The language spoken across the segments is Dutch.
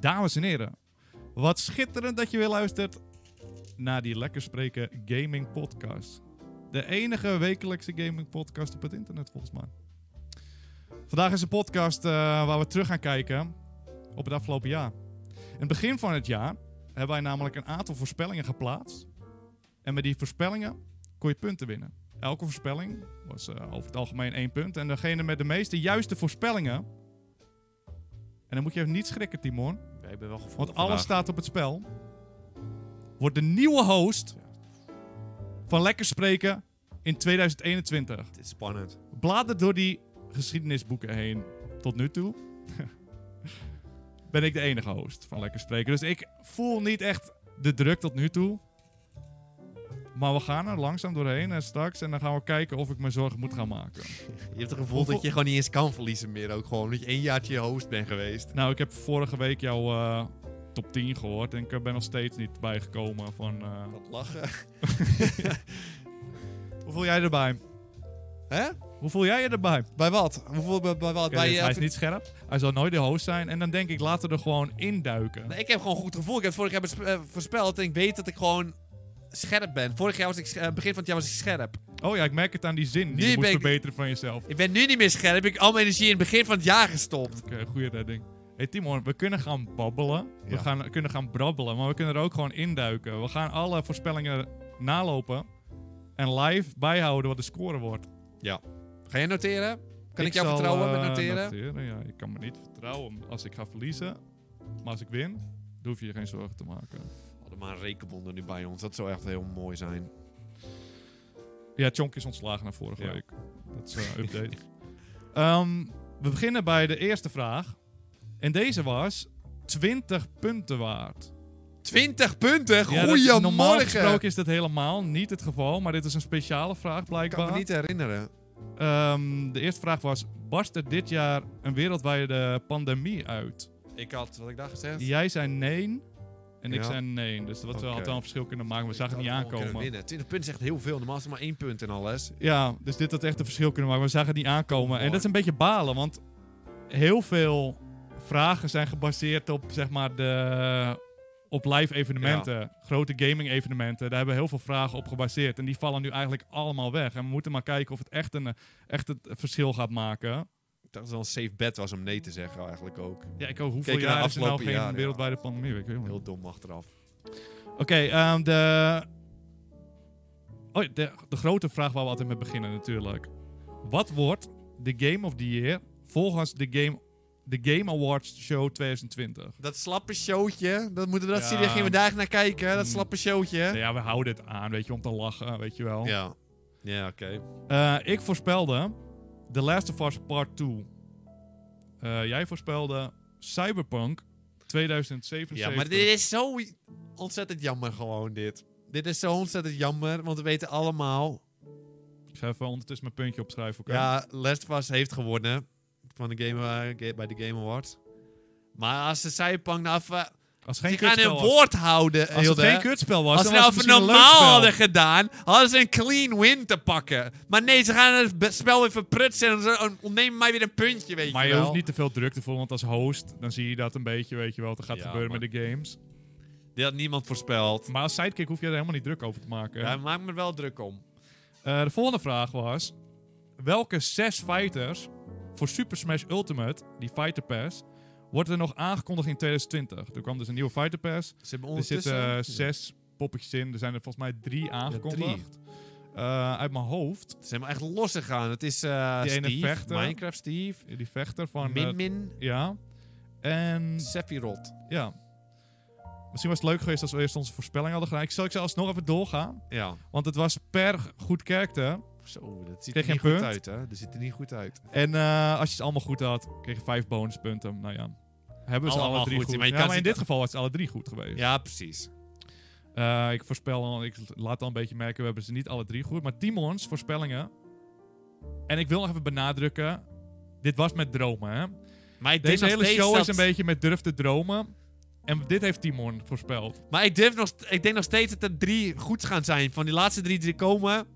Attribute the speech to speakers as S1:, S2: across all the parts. S1: Dames en heren, wat schitterend dat je weer luistert naar die Lekker Spreken Gaming Podcast. De enige wekelijkse gaming podcast op het internet, volgens mij. Vandaag is een podcast eh, waar we terug gaan kijken op het afgelopen jaar. In het begin van het jaar hebben wij namelijk een aantal voorspellingen geplaatst. En met die voorspellingen kon je punten winnen. Elke voorspelling was eh, over het algemeen één punt. En degene met de meeste juiste voorspellingen. En dan moet je even niet schrikken, Timon.
S2: Wij hebben wel gevoel.
S1: Want alles staat op het spel. Wordt de nieuwe host van Lekker Spreken in 2021.
S2: Het is spannend.
S1: Blader door die geschiedenisboeken heen tot nu toe. ben ik de enige host van Lekker Spreken. Dus ik voel niet echt de druk tot nu toe. Maar we gaan er langzaam doorheen en straks. En dan gaan we kijken of ik me zorgen moet gaan maken.
S2: Je hebt het gevoel dat je gewoon niet eens kan verliezen meer. Ook gewoon dat je één jaartje host bent geweest.
S1: Nou, ik heb vorige week jouw eh, top 10 gehoord. En ik ben nog steeds niet bijgekomen van. eh,
S2: Wat lachen.
S1: hoe voel jij erbij?
S2: Hè?
S1: Hoe voel jij je erbij?
S2: Bij wat? Hoeveel, bij, bij wat?
S1: Oké,
S2: bij,
S1: dus
S2: eh,
S1: hij is niet scherp. Hij zal nooit de host zijn. En dan denk ik, laten we er gewoon induiken.
S2: Nee, ik heb gewoon een goed gevoel. Ik heb vorig jaar besp- eh, voorspeld en ik weet dat ik gewoon scherp ben. Vorig jaar was ik, sch- eh, begin van het jaar was ik scherp.
S1: Oh ja, ik merk het aan die zin. Die
S2: Nu
S1: je moet
S2: ben ik-
S1: verbeteren van jezelf.
S2: Ik ben nu niet meer scherp. Ik heb al mijn energie in het begin van het jaar gestopt.
S1: Oké, goede redding. hey Timon, we kunnen gaan babbelen. We
S2: Ja.
S1: gaan, kunnen gaan brabbelen. Maar we kunnen er ook gewoon induiken. We gaan alle voorspellingen nalopen. En live bijhouden wat de score wordt.
S2: Ga jij noteren? Kan ik, jou
S1: zal,
S2: vertrouwen met
S1: eh,
S2: noteren?
S1: Ja, ik kan me niet vertrouwen als ik ga verliezen. Maar als ik win, dan hoef je je geen zorgen te maken.
S2: We hadden maar een rekenbond er nu bij ons. Dat zou echt heel mooi zijn.
S1: Ja, Chonk is ontslagen na vorige
S2: Ja.
S1: week. Dat is een update. Ehm, we beginnen bij de eerste vraag. En deze was 20 punten waard.
S2: 20 punten?
S1: Ja, dat is- normaal
S2: Goeiemorgen!
S1: gesproken is dat helemaal niet het geval, maar dit is een speciale vraag
S2: ik kan
S1: blijkbaar.
S2: me niet herinneren.
S1: Ehm, de eerste vraag was, barst er dit jaar een wereldwijde pandemie uit?
S2: Ik had wat ik daar gezegd.
S1: Jij zei nee en ik
S2: Ja.
S1: zei nee. Dus dat we
S2: Oké.
S1: had wel een verschil kunnen maken, maar we
S2: Ik
S1: zagen het niet
S2: had gewoon kunnen
S1: aankomen.
S2: winnen. 20 punten is echt heel veel. Normaal is het maar één punt en alles.
S1: Ja, dus dit had echt een verschil kunnen maken. We zagen het niet aankomen. En
S2: Mooi.
S1: dat is een beetje balen, want heel veel vragen zijn gebaseerd op, zeg maar, de, op live evenementen. Grote gaming evenementen. Daar hebben we heel veel vragen op gebaseerd. En die vallen nu eigenlijk allemaal weg. En we moeten maar kijken of het echt, een, eh, echt het verschil gaat maken.
S2: Ik dacht dat het wel een safe bet was om nee te zeggen eigenlijk ook.
S1: Ja, ik hoop, hoeveel
S2: Kijk naar
S1: jaar is er nou
S2: afgelopen
S1: geen
S2: jaren, ja.
S1: wereldwijde pandemie? Ik weet het niet.
S2: Heel dom achteraf.
S1: Oké, ehm, de... Oh, de, de grote vraag waar we altijd mee beginnen natuurlijk. Wat wordt de Game of the Year volgens de Game, de game Awards Show 2020?
S2: Dat slappe showtje, dat moeten we dat
S1: Ja.
S2: serieus gingen we daar naar kijken, hè, dat
S1: Mm.
S2: slappe showtje.
S1: Nou ja, we houden het aan, weet je, om te lachen, weet je wel.
S2: Ja, ja oké.
S1: Eh, ik voorspelde The Last of Us Part 2. Eh, jij voorspelde Cyberpunk 2077.
S2: Ja, maar dit is zo ontzettend jammer gewoon dit. Dit is zo ontzettend jammer, want we weten allemaal,
S1: Ik ga even ondertussen mijn puntje opschrijven. oké?
S2: ja, Last of Us heeft gewonnen van de game, eh, ga- bij de Game Awards. Maar als de Cyberpunk nou even...
S1: Als het
S2: Ze
S1: geen
S2: gaan
S1: kutspel
S2: hun
S1: was,
S2: woord houden,
S1: als het
S2: Hilde.
S1: geen kutspel was,
S2: Als ze
S1: dan
S2: nou
S1: was
S2: even
S1: het misschien een leuk
S2: normaal
S1: spel.
S2: hadden gedaan, hadden ze een clean win te pakken. Maar nee, ze gaan het be- spel weer verprutsen en ze ontnemen mij weer een puntje, weet
S1: Maar
S2: je
S1: je
S2: wel.
S1: hoeft niet te veel druk te voelen, want als host dan zie je dat een beetje, weet je wel, wat er gaat
S2: Ja,
S1: gebeuren
S2: maar-
S1: met de games.
S2: Dit had niemand voorspeld.
S1: Maar als sidekick hoef je er helemaal niet druk over te maken.
S2: Daar maak ik me wel druk om.
S1: Eh, de volgende vraag was: welke zes fighters voor Super Smash Ultimate, die Fighter Pass, wordt er nog aangekondigd in 2020? Er kwam dus een nieuwe Fighter Pass.
S2: Ze hebben
S1: Er zitten
S2: ondertussen...
S1: eh, zes poppetjes in. Er zijn er volgens mij drie aangekondigd. Eh, uit mijn hoofd.
S2: Ze zijn maar echt los gegaan. Het is eh,
S1: Die ene
S2: Steve,
S1: vechter.
S2: Minecraft Steve,
S1: Die vechter van. eh,
S2: Min Min,
S1: ja. En
S2: Sephiroth.
S1: Ja. Misschien was het leuk geweest als we eerst onze voorspelling hadden gedaan. Ik zal ik zal alsnog even doorgaan.
S2: Ja.
S1: Want het was per goed kerkte.
S2: Zo, dat ziet
S1: Kreeg
S2: er
S1: je
S2: niet
S1: een
S2: goed
S1: punt?
S2: uit, hè. Dat ziet er niet goed uit.
S1: En eh, als je ze allemaal goed had, kreeg je vijf bonuspunten. Nou ja. Hebben ze
S2: Allemaal
S1: alle drie
S2: goed,
S1: goed.
S2: maar je
S1: ja,
S2: kan
S1: maar in
S2: ze-
S1: dit geval was het alle drie goed geweest.
S2: Ja, precies.
S1: Eh, ik voorspel al, ik laat al een beetje merken, we hebben ze niet alle drie goed. Maar Timons voorspellingen. En ik wil nog even benadrukken. Dit was met dromen, hè?
S2: Maar ik,
S1: Deze
S2: denk
S1: hele
S2: nog
S1: show
S2: steeds
S1: is
S2: dat-
S1: een beetje met durf te dromen. En dit heeft Timon voorspeld.
S2: maar ik, durf nog st- ik denk nog steeds dat er drie goed gaan zijn. Van die laatste drie die er komen,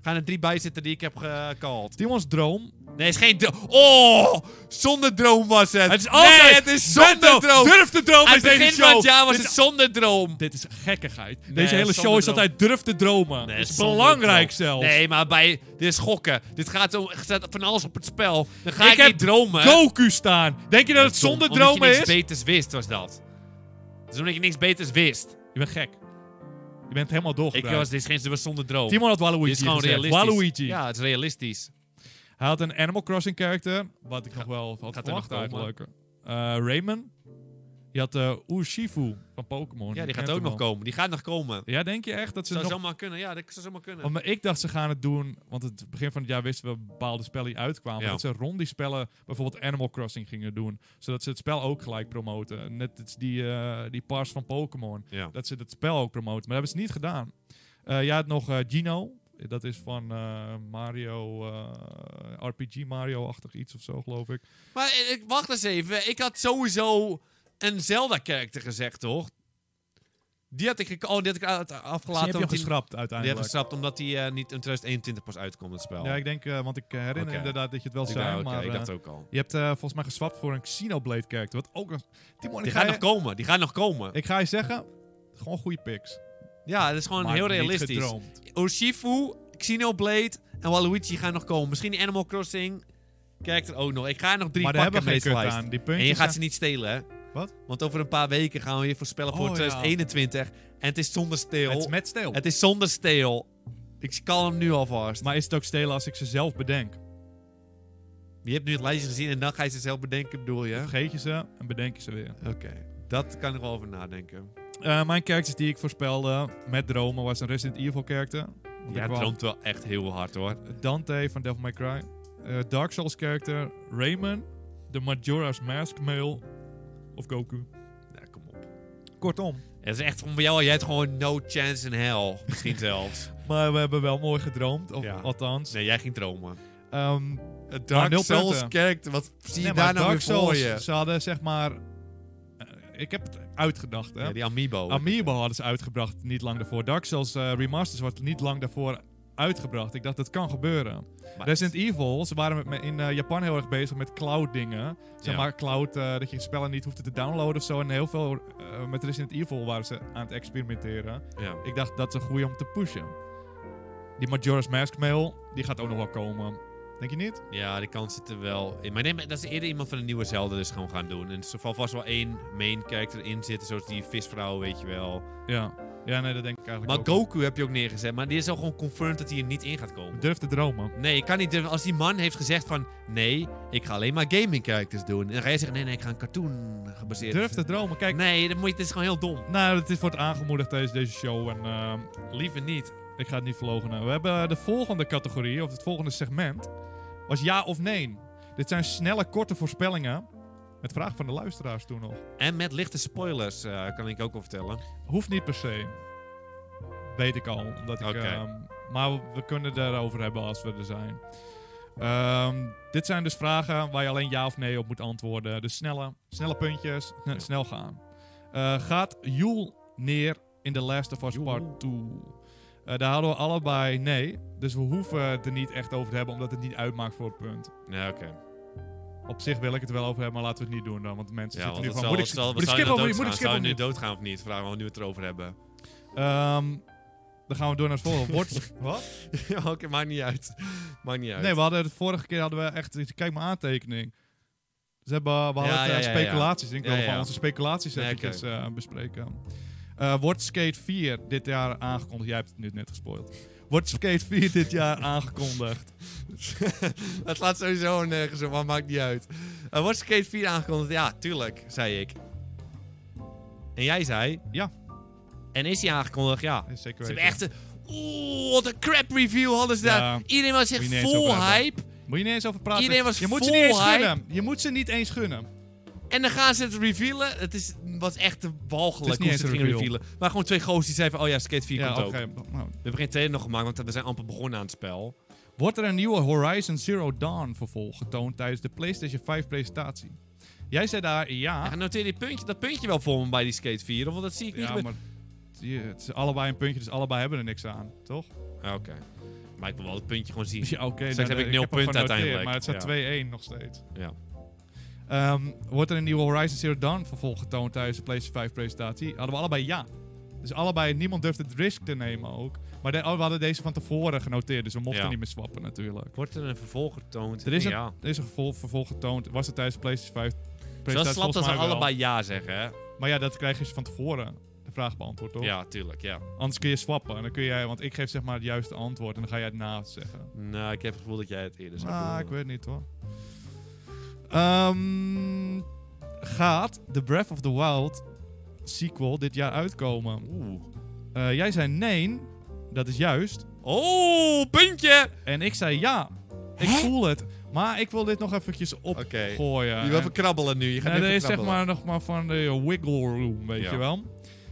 S2: gaan er drie bij zitten die ik heb gecalled.
S1: Timons droom.
S2: Nee, is geen droom. Oh, zonder droom was het.
S3: Het is altijd
S2: Nee, het is zonder
S3: Menno,
S2: droom.
S3: Durf te dromen
S2: Aan
S3: is
S2: het
S3: deze
S2: begin
S3: show.
S2: van het jaar was
S3: dit,
S2: het zonder droom.
S3: dit is gekkigheid.
S2: Nee,
S3: deze hele
S2: zonder
S3: show is
S2: droom.
S3: altijd durf te dromen.
S2: Nee,
S3: dat is
S2: zonder
S3: belangrijk
S2: droom.
S3: zelfs.
S2: Nee, maar bij... Dit is gokken. Dit gaat om... er staat van alles op het spel. Dan ga
S3: Ik
S2: ik,
S3: heb
S2: niet dromen.
S3: Goku staan. Denk je dat het zonder dromen
S2: Omdat je
S3: is?
S2: niks beters wist, was dat. Dus omdat je niks beters wist.
S3: Je bent gek. Je bent helemaal
S2: Ik
S3: doorgedraaid.
S2: was, dit is geen dit was zonder droom.
S3: Timon had
S2: dit
S3: Waluigi
S2: is gewoon
S3: gezegd.
S2: realistisch.
S3: Waluigi.
S2: Ja, het is realistisch.
S1: Hij had een Animal Crossing character. Wat ik nog wel had
S2: nog
S1: verwacht
S2: komen?
S1: eigenlijk. Eh Rayman. Je had eh Urshifu van Pokémon.
S2: Ja,
S1: Je
S2: die
S1: Oh,
S2: gaat
S1: kent
S2: ook
S1: hem
S2: nog
S1: al.
S2: komen. Die gaat nog komen.
S1: Ja, denk je echt dat ze
S2: Zou
S1: nog...
S2: zomaar kunnen. Ja, dat zou zomaar kunnen.
S1: Want Oh, ik dacht ze gaan het doen, want het begin van het jaar wisten we bepaalde spellen die uitkwamen.
S2: Ja.
S1: Dat ze rond die spellen bijvoorbeeld Animal Crossing gingen doen. Zodat ze het spel ook gelijk promoten. Net als die, eh die pars van Pokémon.
S2: Ja.
S1: Dat ze het spel ook promoten. Maar dat hebben ze niet gedaan. Eh ja, nog eh, Gino. Dat is van eh, Mario, eh, RPG Mario-achtig iets of zo, geloof ik.
S2: Maar eh, ik, wacht eens even. Ik had sowieso een Zelda-character gezegd, toch? Die had ik, gek- oh, die had ik uit-
S1: Die
S2: afgelaten.
S1: heb je
S2: omdat die-
S1: geschrapt
S2: Die had ik
S1: uiteindelijk.
S2: geschrapt omdat die eh, niet in 2021 pas uitkomt, het spel.
S1: ja, ik denk, eh, want ik herinner
S2: Oké.
S1: inderdaad dat je het wel
S2: Ik
S1: zei,
S2: wou- oké,
S1: maar
S2: ik
S1: eh,
S2: dacht ook al.
S1: je hebt eh, volgens mij geswapt voor een Xenoblade-character. Wat ook een... Timon,
S2: Die
S1: ik ga
S2: gaat
S1: je-
S2: nog komen. Die gaat nog komen.
S1: Ik ga je zeggen, gewoon goede picks.
S2: Ja, dat is gewoon
S1: Maar
S2: heel
S1: niet
S2: realistisch.
S1: gedroomd.
S2: Urshifu, Xenoblade en Waluigi gaan nog komen. Misschien die Animal Crossing. Kijk er ook nog. Ik ga er nog drie
S1: Maar daar
S2: pakken
S1: hebben we geen
S2: met deze
S1: kut
S2: lijst.
S1: aan. Die
S2: En
S1: puntjes
S2: je gaat ze
S1: zijn-
S2: niet stelen, hè?
S1: Wat?
S2: Want over een paar weken gaan we weer voorspellen voor
S1: Oh, ja.
S2: 2021. En het is zonder steel.
S1: Het is met steel.
S2: Het is zonder steel. Ik kan hem nu alvast.
S1: Maar is het ook stelen als ik ze zelf bedenk?
S2: Je hebt nu het lijstje gezien en dan ga je ze zelf bedenken, bedoel je?
S1: Vergeet je ze en bedenk je ze weer.
S2: Oké. Dat kan ik wel over nadenken.
S1: Eh, mijn characters die ik voorspelde met dromen was een Resident Evil character. Want
S2: Ja,
S1: ik wou
S2: droomt wel echt heel hard, hoor.
S1: Dante van Devil May Cry. Eh, Dark Souls character. Rayman. De Majora's Mask male. Of Goku.
S2: Nou, kom op.
S1: Kortom.
S2: Het is echt van bij jou, jij hebt gewoon no chance in hell. Misschien zelfs.
S1: Maar we hebben wel mooi gedroomd. Of
S2: Ja.
S1: althans.
S2: Nee, jij ging dromen.
S1: Ehm,
S2: Het
S1: Maar
S2: Dark
S1: nul
S2: Souls
S1: punten.
S2: character, wat zie je
S1: nee, maar
S2: daar nou
S1: Dark
S2: weer voor
S1: Souls,
S2: je?
S1: Ze hadden zeg maar... eh, ik heb het uitgedacht, hè.
S2: Ja, die Amiibo.
S1: Amiibo hadden ze uitgebracht niet lang daarvoor. Dark Souls eh, Remasters wordt niet lang daarvoor uitgebracht. Ik dacht, dat kan gebeuren.
S2: Maar-
S1: Resident Evil, ze waren met, me- in eh, Japan heel erg bezig met cloud dingen. Zeg
S2: Ja.
S1: maar cloud, eh, dat je spellen niet hoefde te downloaden of zo. En heel veel eh, met Resident Evil waren ze aan het experimenteren.
S2: Ja.
S1: Ik dacht, dat is een goeie om te pushen. Die Majora's Mask mail, die gaat ook nog wel komen. Denk je niet?
S2: Ja, die kans zit er wel in. Maar nee, maar dat is eerder iemand van een nieuwe Zelda dus gewoon gaan doen. En er zal vast wel één main character in zitten, zoals die visvrouw, weet je wel.
S1: Ja. Ja, nee, dat denk ik eigenlijk
S2: Maar
S1: ook.
S2: Goku heb je ook neergezet, maar die is al gewoon confirmed dat hij er niet in gaat komen.
S1: Durf te dromen.
S2: Nee, ik kan niet durven. Als die man heeft gezegd van, nee, ik ga alleen maar gaming characters doen. En dan ga jij zeggen, nee, nee, ik ga een cartoon gebaseerd.
S1: Durf te dromen. Kijk,
S2: Nee, dat, moet je, dat is gewoon heel dom.
S1: nou, het is- wordt aangemoedigd tijdens deze show. En ehm,
S2: Liever niet.
S1: Ik ga het niet verloochenen. We hebben eh, de volgende categorie, of het volgende segment, was ja of nee. Dit zijn snelle, korte voorspellingen. Met vraag van de luisteraars toen nog.
S2: En met lichte spoilers, eh, kan ik ook wel vertellen.
S1: Hoeft niet per se. Weet ik al. Omdat ik,
S2: Oké.
S1: ehm, maar we kunnen het daarover hebben als we er zijn. Ehm, dit zijn dus vragen waar je alleen ja of nee op moet antwoorden. Dus snelle, snelle puntjes, sne-
S2: Ja.
S1: snel gaan. Eh, gaat Joel neer in The Last of Us
S2: Joel.
S1: Part 2? Eh, daar hadden we allebei nee. Dus we hoeven het er niet echt over te hebben, omdat het niet uitmaakt voor het punt.
S2: Ja, oké.
S1: Op zich wil ik het er wel over hebben, maar laten we het niet doen dan. Want de mensen
S2: Ja,
S1: zitten
S2: want
S1: nu
S2: dat
S1: van,
S2: zal-
S1: moet ik,
S2: dat zal-
S1: moet ik
S2: zou je
S1: skippen of
S2: nou
S1: niet? Moet ik
S2: doodgaan?
S1: skippen
S2: Zou je
S1: of
S2: nu
S1: niet?
S2: doodgaan of niet? Vragen we nu het erover hebben.
S1: Ehm, dan gaan we door naar het volgende. Wordt, wat?
S2: Ja, oké, maakt niet uit. Maakt niet uit.
S1: Nee, we hadden de vorige keer hadden we echt. iets- Kijk mijn aantekening. Ze hebben, we hadden
S2: Ja,
S1: het,
S2: ja,
S1: eh,
S2: ja, ja.
S1: speculaties. Ik wil
S2: Ja, ja,
S1: van
S2: ja.
S1: onze speculaties
S2: Nee,
S1: eventjes eh, bespreken. Eh, wordt Skate 4 dit jaar aangekondigd? Jij hebt het nu net gespoild. Wordt Skate 4 dit jaar aangekondigd?
S2: dat slaat sowieso nergens op, maar maakt niet uit. Eh, wordt Skate 4 aangekondigd? Ja, tuurlijk, zei ik. En jij zei?
S1: Ja.
S2: En is die aangekondigd? Ja.
S1: Is Zeker
S2: Ze
S1: weten.
S2: hebben echt een... Oeh, wat een crap review hadden ze
S1: Ja.
S2: daar. Iedereen was
S1: Moet
S2: echt
S1: je niet eens
S2: vol
S1: over hebben.
S2: hype.
S1: Moet je niet eens over praten.
S2: Iedereen was
S1: je moet ze
S2: vol
S1: niet eens
S2: hype.
S1: gunnen. Je moet ze niet eens gunnen.
S2: En dan gaan ze het revealen. Het is, was echt
S1: Het is niet
S2: walgelijk hoe
S1: eens
S2: ze het
S1: een
S2: gingen
S1: reveal.
S2: revealen. Maar gewoon twee goos die zeiden van... Oh ja, Skate 4 komt
S1: oké.
S2: ook.
S1: Nou,
S2: We hebben geen trailer nog gemaakt, want we zijn amper begonnen aan het spel.
S1: Wordt er een nieuwe Horizon Zero Dawn vervolg getoond tijdens de PlayStation 5 presentatie? Jij zei daar ja.
S2: En noteer Ah, die puntje, dat puntje wel voor me bij die Skate 4. Want dat zie ik niet
S1: Ja, maar die- het is allebei een puntje, dus allebei hebben er niks aan, toch?
S2: Ah, Oké. Maar ik wil wel het puntje gewoon zien.
S1: Ja, oké.
S2: Straks
S1: nou,
S2: heb ik
S1: hem
S2: nul punten
S1: genoteerd,
S2: uiteindelijk.
S1: Maar het staat
S2: Ja.
S1: 2-1 nog steeds.
S2: Ja.
S1: Ehm, wordt er een nieuwe Horizon Zero Dawn vervolg getoond tijdens de PlayStation 5 presentatie? Hadden we allebei ja. Dus allebei, niemand durfde het risk te nemen ook. Maar de- oh, we hadden deze van tevoren genoteerd, dus we mochten
S2: Ja.
S1: niet meer swappen natuurlijk.
S2: Wordt er een vervolg getoond?
S1: Er is een-
S2: ja.
S1: Er is een gevolg, vervolg getoond, was het tijdens de PlayStation 5
S2: Zo
S1: presentatie
S2: slap dat
S1: volgens
S2: ze
S1: mij wel.
S2: allebei ja zeggen, hè?
S1: Maar ja, dat krijg je van tevoren, de vraag beantwoord toch?
S2: Ja, tuurlijk, ja.
S1: Anders kun je swappen, en dan kun jij, want ik geef zeg maar het juiste antwoord en dan ga jij het naast zeggen.
S2: Nou, ik heb het gevoel dat jij het eerder zou
S1: Ah,
S2: doen.
S1: ik weet het niet hoor. Ehm, gaat The Breath of the Wild sequel dit jaar uitkomen?
S2: Oeh.
S1: Eh, jij zei nee, dat is juist.
S2: Oh, puntje!
S1: En ik zei ja, ik
S2: Hè?
S1: voel het. Maar ik wil dit nog eventjes opgooien.
S2: Je wil even krabbelen nu. Je gaat
S1: Nee,
S2: even
S1: dat is zeg
S2: krabbelen.
S1: maar nog maar van de wiggle room, weet
S2: Ja.
S1: je wel.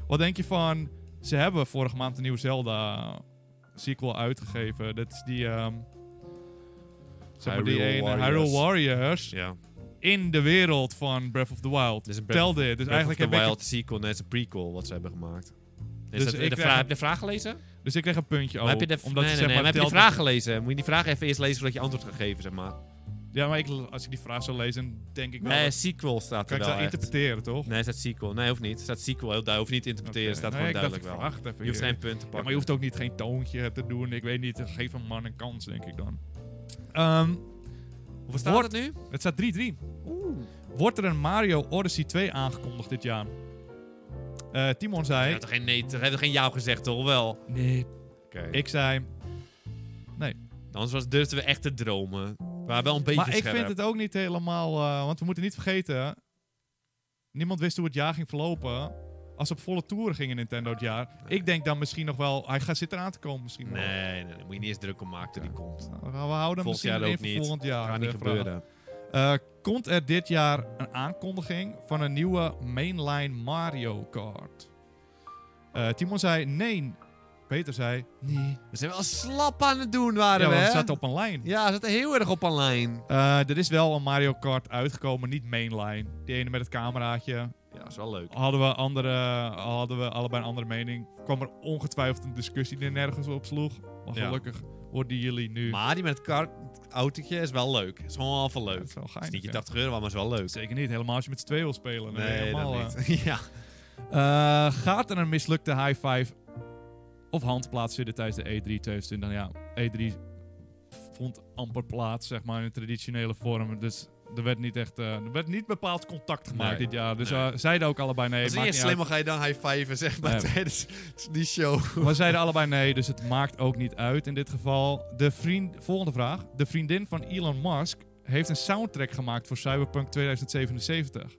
S1: Wat denk je van... Ze hebben vorige maand een nieuwe Zelda sequel uitgegeven. Dat is die... ehm zeg maar die
S2: Hyrule
S1: ene
S2: Warriors.
S1: Hyrule Warriors.
S2: Ja.
S1: In de wereld van Breath of the Wild.
S2: Dus een Breath,
S1: Tel dit. Dus
S2: Breath
S1: eigenlijk
S2: of
S1: heb
S2: the
S1: ik...
S2: Wild sequel, net als een prequel wat ze hebben gemaakt. Is
S1: Dus
S2: dat,
S1: ik
S2: de
S1: krijg
S2: vraag,
S1: een-
S2: heb je de vraag gelezen?
S1: Dus ik kreeg een puntje
S2: Maar
S1: over.
S2: heb je de,
S1: omdat
S2: nee,
S1: ze, zeg
S2: nee, nee,
S1: maar,
S2: maar heb je de
S1: telt-
S2: vraag gelezen? Moet je die vraag even eerst lezen voordat je antwoord gaat geven, zeg maar.
S1: Ja, maar ik, als ik die vraag zou lezen, denk ik wel...
S2: Nee,
S1: dat-
S2: sequel staat
S1: kan
S2: er
S1: ik
S2: wel
S1: dat
S2: echt.
S1: interpreteren, toch?
S2: Nee, staat sequel. Nee, hoeft niet. Staat sequel. Heel, daar hoef je niet te interpreteren.
S1: Oké.
S2: Staat
S1: Nee,
S2: gewoon
S1: ik dacht,
S2: duidelijk wel.
S1: ik verwacht even
S2: Je hoeft
S1: hier.
S2: geen punten
S1: Ja,
S2: te pakken.
S1: maar je hoeft ook niet geen toontje te doen. Ik weet niet, geef een man een kans, denk ik dan. Ehm,
S2: Hoeveel staat
S1: Wordt-
S2: het nu?
S1: het staat 3-3. Wordt er een Mario Odyssey 2 aangekondigd dit jaar? Eh, Timon
S2: Je
S1: zei...
S2: hebt toch geen nee, je hebt toch geen ja gezegd, toch? Wel.
S1: Nee.
S2: Oké.
S1: Ik zei...
S2: Anders was, durfden we echt te dromen. We waren wel een beetje
S1: Maar ik
S2: scherp.
S1: vind het ook niet helemaal... eh, want we moeten niet vergeten... Niemand wist hoe het jaar ging verlopen. Als op volle toeren ging in Nintendo het jaar. Ik denk dan misschien nog wel... Hij gaat zitten aan te komen misschien wel.
S2: Nee, nee, nee, moet je niet eens druk om maken tot die komt.
S1: Nou, We houden hem
S2: Volgend
S1: misschien
S2: jaar
S1: in
S2: ook
S1: voor
S2: niet.
S1: volgend jaar.
S2: Gaat niet
S1: eh, vragen.
S2: gebeuren.
S1: Eh, komt er dit jaar een aankondiging van een nieuwe mainline Mario Kart? Eh, Timon zei nee. Peter zei nee.
S2: We zijn wel slap aan het doen, waren
S1: Ja,
S2: we,
S1: want het
S2: hè?
S1: staat op een lijn.
S2: Ja, we zaten heel erg op een lijn.
S1: Eh, er is wel een Mario Kart uitgekomen, niet mainline. Die ene met het cameraatje.
S2: Ja, dat is wel leuk.
S1: Hadden we, andere, hadden we allebei een andere mening. Kwam er ongetwijfeld een discussie die nergens op sloeg. Maar
S2: Ja.
S1: gelukkig worden jullie nu.
S2: Maar die met het kar- het autootje is wel leuk. Is gewoon wel veel
S1: Ja,
S2: leuk.
S1: dat is wel
S2: Het is
S1: geinig,
S2: niet je
S1: ja.
S2: 80 euro, maar is wel leuk.
S1: Zeker niet, helemaal als je met z'n tweeën wil spelen. Nee, helemaal, eh,
S2: dat niet. ja.
S1: Eh, gaat er een mislukte high five of hand plaatsvinden tijdens de E3 2020? Nou ja, E3 vond amper plaats, zeg maar, in de traditionele vorm. Dus er werd niet echt, eh, er werd niet bepaald contact gemaakt
S2: Nee,
S1: dit jaar. Dus
S2: nee.
S1: eh, zeiden ook allebei nee.
S2: Als je
S1: maakt
S2: eerst
S1: niet
S2: slimmer ga je dan high five zeg maar,
S1: Ja.
S2: tijdens die show.
S1: uit. Maar zeiden allebei nee, dus het maakt ook niet uit in dit geval. De vriend, volgende vraag. De vriendin van Elon Musk heeft een soundtrack gemaakt voor Cyberpunk 2077.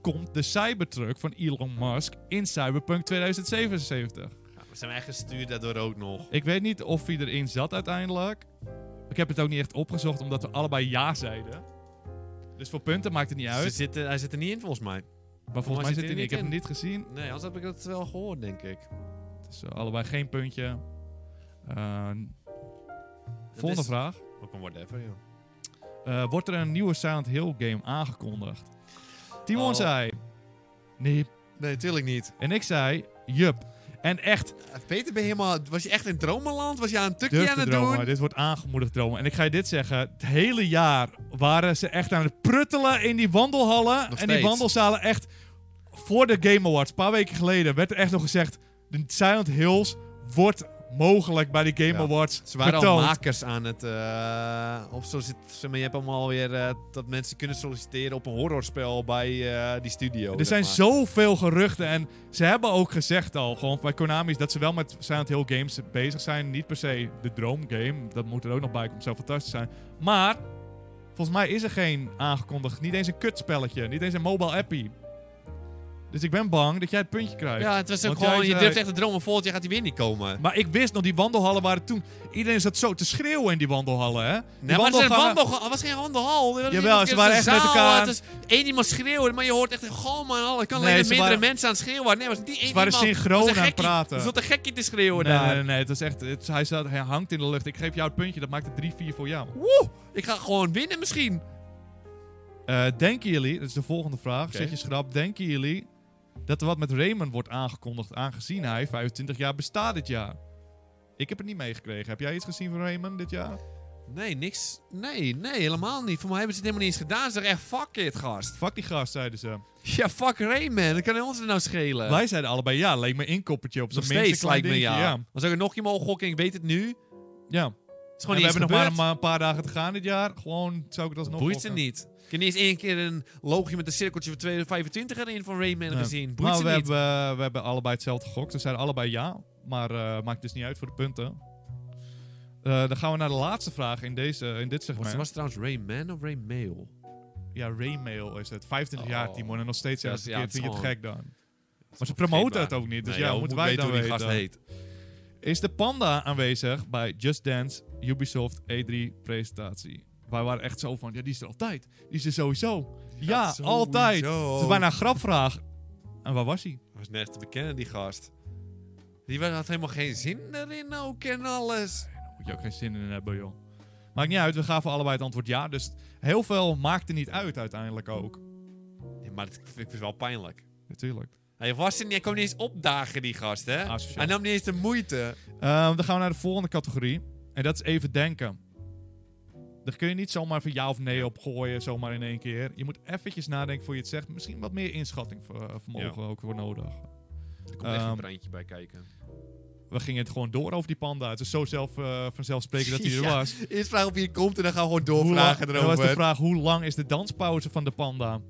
S1: Komt de Cybertruck van Elon Musk in Cyberpunk 2077?
S2: Ja, we zijn echt gestuurd daardoor ook nog.
S1: Ik weet niet of hij erin zat uiteindelijk. Ik heb het ook niet echt opgezocht, omdat we allebei ja zeiden. Dus voor punten maakt het niet
S2: Ze
S1: uit.
S2: zitten, hij zit er niet in volgens mij.
S1: maar volgens mij zit hij niet. Ik heb hem
S2: in.
S1: niet gezien.
S2: Nee, anders heb ik dat wel gehoord, denk ik.
S1: Dus eh, allebei geen puntje. Eh, volgende
S2: is-
S1: vraag.
S2: Ook een whatever, joh.
S1: Eh, wordt er een nieuwe Silent Hill game aangekondigd? Timon
S2: Oh.
S1: zei... Nee.
S2: Nee, tuurlijk niet. Eh,
S1: En ik zei... Jup. En echt,
S2: Peter, ben je helemaal, was je echt in dromenland? Was je aan een tukje
S1: durf
S2: aan
S1: te
S2: het
S1: dromen.
S2: doen?
S1: Dit wordt aangemoedigd dromen. En ik ga je dit zeggen. Het hele jaar waren ze echt aan het pruttelen in die wandelhallen. en die
S2: steeds.
S1: wandelzalen echt... Voor de Game Awards, een paar weken geleden, werd er echt nog gezegd... De Silent Hills wordt mogelijk bij de Game
S2: Ja.
S1: Awards
S2: Ze waren al
S1: getoond.
S2: makers aan het eh op solliciteren. Maar je hebt allemaal weer eh, dat mensen kunnen solliciteren op een horrorspel bij eh, die studio.
S1: Er
S2: zeg
S1: zijn
S2: maar.
S1: zoveel geruchten en ze hebben ook gezegd al, gewoon bij Konami's, dat ze wel met Silent Hill games bezig zijn. Niet per se de droomgame, dat moet er ook nog bij komen, zou fantastisch zijn. Maar, volgens mij is er geen aangekondigd, niet eens een kutspelletje, niet eens een mobile appie. Dus ik ben bang dat jij het puntje krijgt.
S2: Ja, het was ook
S1: Want
S2: gewoon,
S1: jij
S2: je
S1: zei-
S2: durft echt te dromen, volgend jaar gaat hij weer niet komen.
S1: Maar ik wist nog, die wandelhallen waren toen... Iedereen zat zo te schreeuwen in die wandelhallen, hè? Die
S2: Nee, maar het was een
S1: wandelgangen-
S2: wandelga- het was geen wandelhal. Er was
S1: Jawel,
S2: iemand-
S1: ze
S2: er was
S1: waren
S2: een
S1: echt met
S2: zaal,
S1: elkaar aan-
S2: Het was één iemand schreeuwen, maar je hoort echt, goh man, ik kan
S1: Nee,
S2: alleen maar
S1: ze
S2: meerdere
S1: waren-
S2: mensen aan het schreeuwen. Nee, het was niet één
S1: Ze waren
S2: iemand.
S1: synchroon
S2: Er was een
S1: aan het
S2: gekkie-
S1: praten.
S2: Er zat een gekkie te schreeuwen
S1: Nee,
S2: daar.
S1: nee, nee, nee, het was echt, het, hij, zat, hij hangt in de lucht. Ik geef jou het puntje, dat maakt het 3-4 voor jou.
S2: Woe, ik ga gewoon winnen misschien.
S1: Eh, denken jullie, dat is de volgende vraag,
S2: Oké.
S1: zet je schrap, denken jullie dat er wat met Raymond wordt aangekondigd aangezien hij 25 jaar bestaat dit jaar? Ik heb het niet meegekregen. Heb jij iets gezien van Rayman dit jaar?
S2: Nee, niks. Nee, nee, helemaal niet. Voor mij hebben ze het helemaal niet eens gedaan. Ze zeggen echt, fuck it, gast.
S1: Fuck die gast, zeiden ze.
S2: Ja, fuck Rayman. Dat kan ons er nou schelen.
S1: Wij zeiden allebei ja, leek me inkoppertje op
S2: Nog
S1: zijn minst.
S2: steeds
S1: een klein
S2: lijkt me
S1: dingetje,
S2: ja. Maar zou ik nog je mogen gokken? Ik weet het nu. Het
S1: Ja. En
S2: is
S1: we hebben
S2: gewoon niet eens
S1: nog maar
S2: gebeurd.
S1: een, ma- een paar dagen te gaan dit jaar. Gewoon zou ik het alsnog
S2: Boeit ze
S1: gokken.
S2: niet. Ik heb niet eens één keer een loogje met een cirkeltje van 225 erin van Rayman
S1: Nee.
S2: gezien. Boeit
S1: Maar
S2: ze
S1: we
S2: niet.
S1: hebben, eh, we hebben allebei hetzelfde gokt. Ze zeiden allebei ja. Maar eh, maakt dus niet uit voor de punten. Eh, dan gaan we naar de laatste vraag in, deze, in dit
S2: Was,
S1: segment.
S2: was het trouwens Rayman of Raymail?
S1: Ja, Raymail is het. 25 jaar,
S2: Oh.
S1: Timon. En nog steeds
S2: Ja,
S1: ja, elke
S2: ja,
S1: keer
S2: het is
S1: vind je het
S2: gewoon-
S1: gek dan. Maar ze promoten het ook niet. Dus
S2: Nee,
S1: ja,
S2: joh,
S1: moeten
S2: moet
S1: wij dan
S2: hoe die
S1: weten.
S2: gast heet.
S1: Is de panda aanwezig bij Just Dance Ubisoft E3 presentatie? Wij waren echt zo van, ja, die is er altijd. Die is er sowieso. ja,
S2: Gast sowieso.
S1: altijd. Het is bijna een grapvraag. En waar was hij?
S2: was net te bekennen, die gast. Die had helemaal geen zin erin ook en alles.
S1: Moet je ook geen zin in hebben, joh. Maakt niet uit, we gaven allebei het antwoord ja. Dus heel veel maakte niet uit uiteindelijk ook.
S2: Ja, maar dat ik vind het wel pijnlijk.
S1: Natuurlijk.
S2: Hij was er niet, hij kwam niet eens opdagen, die gast, hè?
S1: Asociaal.
S2: Hij nam niet eens de moeite.
S1: Ehm, dan gaan we naar de volgende categorie. En dat is even denken. Daar kun je niet zomaar van ja of nee op gooien, zomaar in één keer. Je moet eventjes nadenken voor je het zegt. Misschien wat meer inschatting vermogen ook voor nodig.
S2: Er komt echt
S1: Ehm,
S2: een brandje bij kijken.
S1: We gingen het gewoon door over die panda. Het is zo zelf, eh, vanzelfsprekend dat hij er
S2: Ja,
S1: was.
S2: Eerst vragen of je komt en dan gaan we gewoon
S1: Hoe
S2: doorvragen
S1: lang-
S2: erover.
S1: Dan was de vraag, hoe lang is de danspauze van de panda?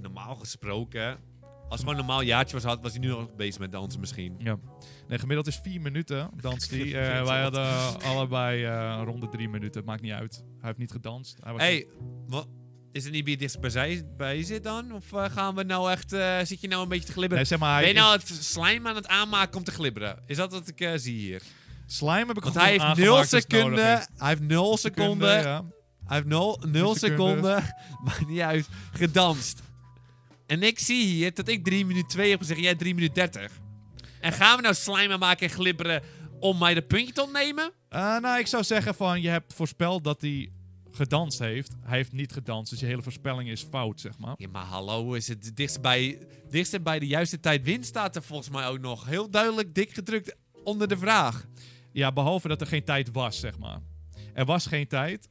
S2: Normaal gesproken, als het gewoon een normaal jaartje was, had, was hij nu al bezig met dansen misschien.
S1: Ja. Nee, gemiddeld is vier minuten danst hij. Eh, wij hadden allebei eh rond de drie minuten. Maakt niet uit. Hij heeft niet gedanst. Hij was
S2: hey, wa- is het niet wie het dichtst bij, zij- bij zit dan? Of eh, gaan we nou echt, eh, zit je nou een beetje te glibberen?
S1: Nee, zeg maar, hij
S2: ben je
S1: is-
S2: nou het slijm aan het aanmaken om te glibberen? Is dat wat ik eh, zie hier?
S1: Slime heb ik
S2: Want
S1: goed
S2: hij heeft
S1: aangemaakt
S2: nul
S1: als het nodig
S2: seconden.
S1: is.
S2: Hij heeft nul seconden.
S1: ja.
S2: Hij heeft nul, nul
S1: Drie
S2: seconden. Maakt niet uit. Gedanst. En ik zie hier dat ik 3 minuten 2 heb gezegd. Jij 3 minuten 30. En gaan we nou slijmen maken en glibberen om mij de puntje te ontnemen?
S1: Eh, nou, ik zou zeggen van, je hebt voorspeld dat hij gedanst heeft. Hij heeft niet gedanst, dus je hele voorspelling is fout, zeg maar.
S2: Ja, maar hallo, is het dichtst bij, dichtst bij de juiste tijd win staat er volgens mij ook nog. Heel duidelijk dik gedrukt onder de vraag.
S1: Ja, behalve dat er geen tijd was, zeg maar. Er was geen tijd.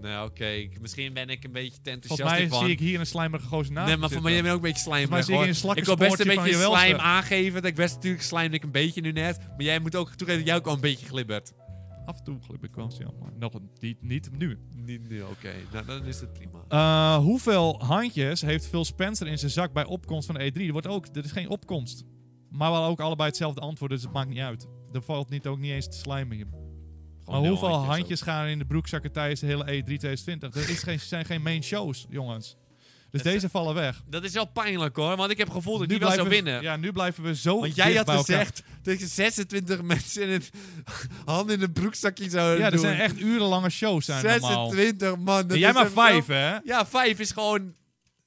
S2: Nou, oké. ik- Misschien ben ik een beetje te enthousiast
S1: Volgens mij
S2: hiervan.
S1: zie ik hier een slijmerige gozer naast
S2: Nee,
S1: me
S2: maar voor
S1: zitten.
S2: mij ben ik ook een beetje slijm.
S1: Volgens mij
S2: hoor.
S1: zie je een
S2: Ik wil best een
S1: slakkensportje
S2: beetje
S1: van je
S2: slijm
S1: welste.
S2: aangeven. Dat ik best natuurlijk slijm ik een beetje nu net. Maar jij moet ook toegeven dat jij ook al een beetje glibbert.
S1: Af en toe geloof ik wel, eens, ja, maar nog een- niet, niet nu.
S2: Niet nu, oké. Nou, dan is het prima.
S1: Eh, hoeveel handjes heeft Phil Spencer in zijn zak bij opkomst van E3? Er wordt ook, dit is geen opkomst. Maar wel ook allebei hetzelfde antwoord, dus het maakt niet uit. Er valt niet, ook niet eens te slijmen hier.
S2: Gewoon
S1: Maar
S2: nul
S1: hoeveel handjes,
S2: ook.
S1: gaan in de broekzakken tijdens de hele E E3 2020? Er is geen, zijn geen main shows, jongens. Dus
S2: zijn-
S1: deze vallen weg.
S2: Dat is wel pijnlijk hoor, want ik heb het gevoel dat ik die wel zou
S1: blijven we-
S2: winnen.
S1: Ja, nu blijven we zo
S2: Want jij
S1: dicht
S2: had
S1: bij elkaar.
S2: gezegd dat je 26 mensen in het hand in een broekzakje zou
S1: Ja,
S2: doen.
S1: er zijn echt urenlange shows zijn er normaal.
S2: 26 man. dat
S1: En jij
S2: is
S1: maar
S2: een-
S1: vijf, hè?
S2: Ja, vijf is gewoon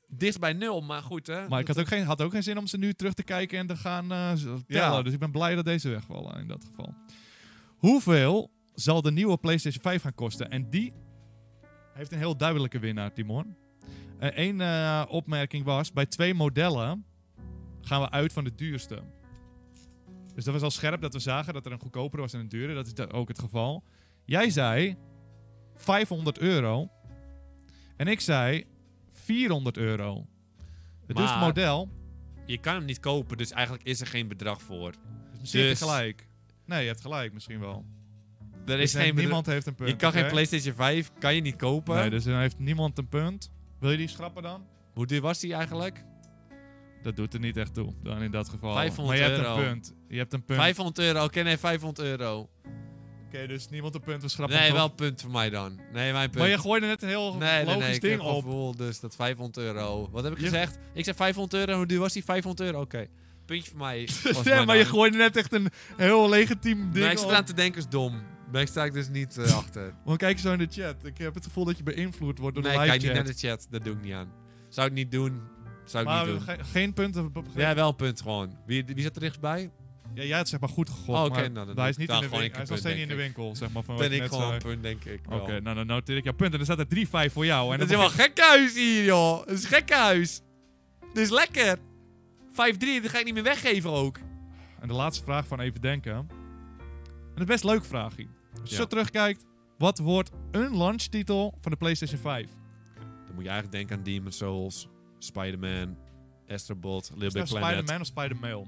S2: dicht bij nul, maar goed hè.
S1: Maar ik had ook, geen, had ook geen zin om ze nu terug te kijken en te gaan eh, z- tellen.
S2: Ja.
S1: Dus ik ben blij dat deze wegvallen in dat geval. Hoeveel zal de nieuwe PlayStation 5 gaan kosten? En die heeft een heel duidelijke winnaar, Timon. Eén opmerking was, bij twee modellen gaan we uit van de duurste. Dus dat was al scherp dat we zagen dat er een goedkopere was en een duurder. Dat is da- ook het geval. Jij zei 500 euro. En ik zei 400 euro. Het duurste
S2: Maar-
S1: model
S2: Je kan hem niet kopen, dus eigenlijk is er geen bedrag voor.
S1: Misschien heb je
S2: Dus-
S1: gelijk. Nee, je hebt gelijk misschien wel.
S2: Er
S1: Dus
S2: is geen bedrag.
S1: niemand heeft een punt.
S2: Je kan geen
S1: oké?
S2: PlayStation 5, kan je niet kopen.
S1: Nee, dus dan heeft niemand een punt. Wil je die schrappen dan?
S2: Hoe duur was die eigenlijk?
S1: Dat doet er niet echt toe, dan in dat geval.
S2: 500
S1: maar je hebt
S2: euro.
S1: een punt. Je hebt een punt.
S2: 500 euro. Oké, nee, 500 euro.
S1: Oké, dus niemand een punt. We schrappen
S2: Nee,
S1: hem
S2: wel
S1: toch.
S2: een punt voor mij dan. Nee, mijn punt.
S1: Maar je gooide net een heel
S2: nee, nee,
S1: logisch
S2: nee, ik
S1: ding
S2: heb
S1: op.
S2: gevoel dus dat 500 euro. Wat heb ik
S1: Je-
S2: gezegd? Ik zei 500 euro. Hoe duur was die? 500 euro. Oké. Puntje voor mij.
S1: Ja,
S2: was mijn
S1: maar je
S2: dan.
S1: gooide net echt een heel legitiem
S2: Maar
S1: ding
S2: ik zit
S1: op.
S2: eraan te denken is dom. Maar ik sta ik dus niet eh, achter.
S1: Want kijk zo in de chat. Ik heb het gevoel dat je beïnvloed wordt door
S2: nee,
S1: de
S2: ik
S1: live
S2: kijk niet naar
S1: chat.
S2: de chat. Dat doe ik niet aan. Zou ik niet doen. Zou ik
S1: Maar
S2: niet doen.
S1: ge- geen punten. be- begrepen.
S2: Ja, wel een punt gewoon. Wie, wie zat er dichtstbij?
S1: Ja, jij had zeg maar goed gegooid.
S2: Oh, oké,
S1: maar hij
S2: nou, dan
S1: is
S2: doe ik
S1: niet in
S2: daar
S1: de
S2: gewoon
S1: winkel.
S2: een
S1: Hij is
S2: keer
S1: nog steeds
S2: punt,
S1: niet in de
S2: denk
S1: winkel, zeg maar. Van wat
S2: Ben
S1: je
S2: ik
S1: net
S2: gewoon
S1: zei.
S2: een punt, denk ik.
S1: Oké,
S2: wel.
S1: nou dan noteer ik jouw punten. Er staat er 3-5 voor jou. En
S2: Dat is
S1: dan
S2: helemaal gekhuis hier, joh. Dat is gekhuis. Dit is lekker. 5-3, dat ga ik niet meer weggeven ook.
S1: En de laatste vraag van even denken. En het best leuk vraagje. Als je
S2: Ja.
S1: zo terugkijkt, wat wordt een launchtitel van de PlayStation 5?
S2: Dan moet je eigenlijk denken aan Demon Souls, Spider-Man, Astrobot, Little
S1: Is
S2: Big
S1: dat
S2: Planet.
S1: Spider-Man of Spider-Mail?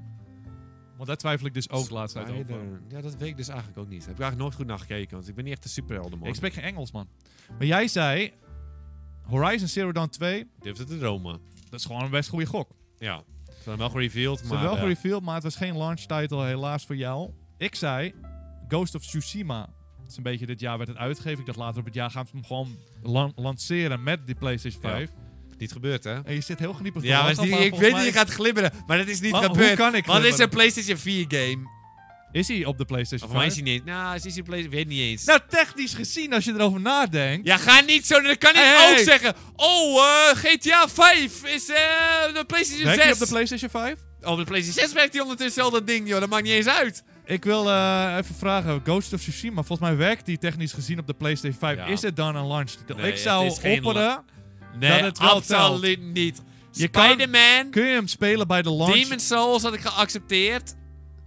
S1: Want daar twijfel ik dus ook laatst uit over.
S2: Spider- Ja, dat weet ik dus eigenlijk ook niet. Heb ik eigenlijk nooit goed naar gekeken, want ik ben niet echt een superhelden man.
S1: Ik spreek geen Engels, man. Maar jij zei Horizon Zero Dawn 2,
S2: Durf het te dromen.
S1: dat is gewoon een best goede gok.
S2: Ja. Ze zijn wel gereveeld,
S1: Ze
S2: maar...
S1: hebben wel
S2: eh,
S1: gereveeld, maar het was geen launchtitel helaas voor jou. Ik zei Ghost of Tsushima. Dat is een beetje dit jaar werd het uitgegeven. Ik dacht later op het jaar gaan ze hem gewoon lan- lanceren met die PlayStation
S2: Ja.
S1: 5.
S2: Niet gebeurd, hè?
S1: En je zit heel geniepig te
S2: Ja, maar
S1: lachen,
S2: die-
S1: maar
S2: ik
S1: volgens
S2: weet dat je
S1: mij-
S2: gaat glibberen, maar dat is niet
S1: Maar hoe
S2: gebeurd.
S1: kan ik
S2: Want het is een
S1: glibberen?
S2: PlayStation 4 game.
S1: Is hij op de
S2: Of
S1: PlayStation
S2: voor mij
S1: 5?
S2: is hij niet eens. Nou, is hij een PlayStation? Weet niet eens.
S1: Nou, technisch gezien, als je erover nadenkt...
S2: Ja, ga niet zo. Dan kan ik
S1: Hey!
S2: ook zeggen. Oh, eh, GTA 5 is eh, de PlayStation
S1: Werkt hij
S2: 6.
S1: op de PlayStation 5?
S2: oh, op de PlayStation 6 werkt hij ondertussen al dat ding, joh. Dat maakt niet eens uit.
S1: Ik wil eh, even vragen, Ghost of Tsushima, volgens mij werkt die technisch gezien op de PlayStation 5.
S2: Ja.
S1: Is het dan een launch?
S2: Nee,
S1: ik
S2: het is
S1: zou
S2: geen
S1: opperen,
S2: Nee,
S1: het wel
S2: absoluut niet.
S1: Je kan-
S2: Spider-Man,
S1: kun je hem spelen bij de launch?
S2: Demon Souls had ik geaccepteerd.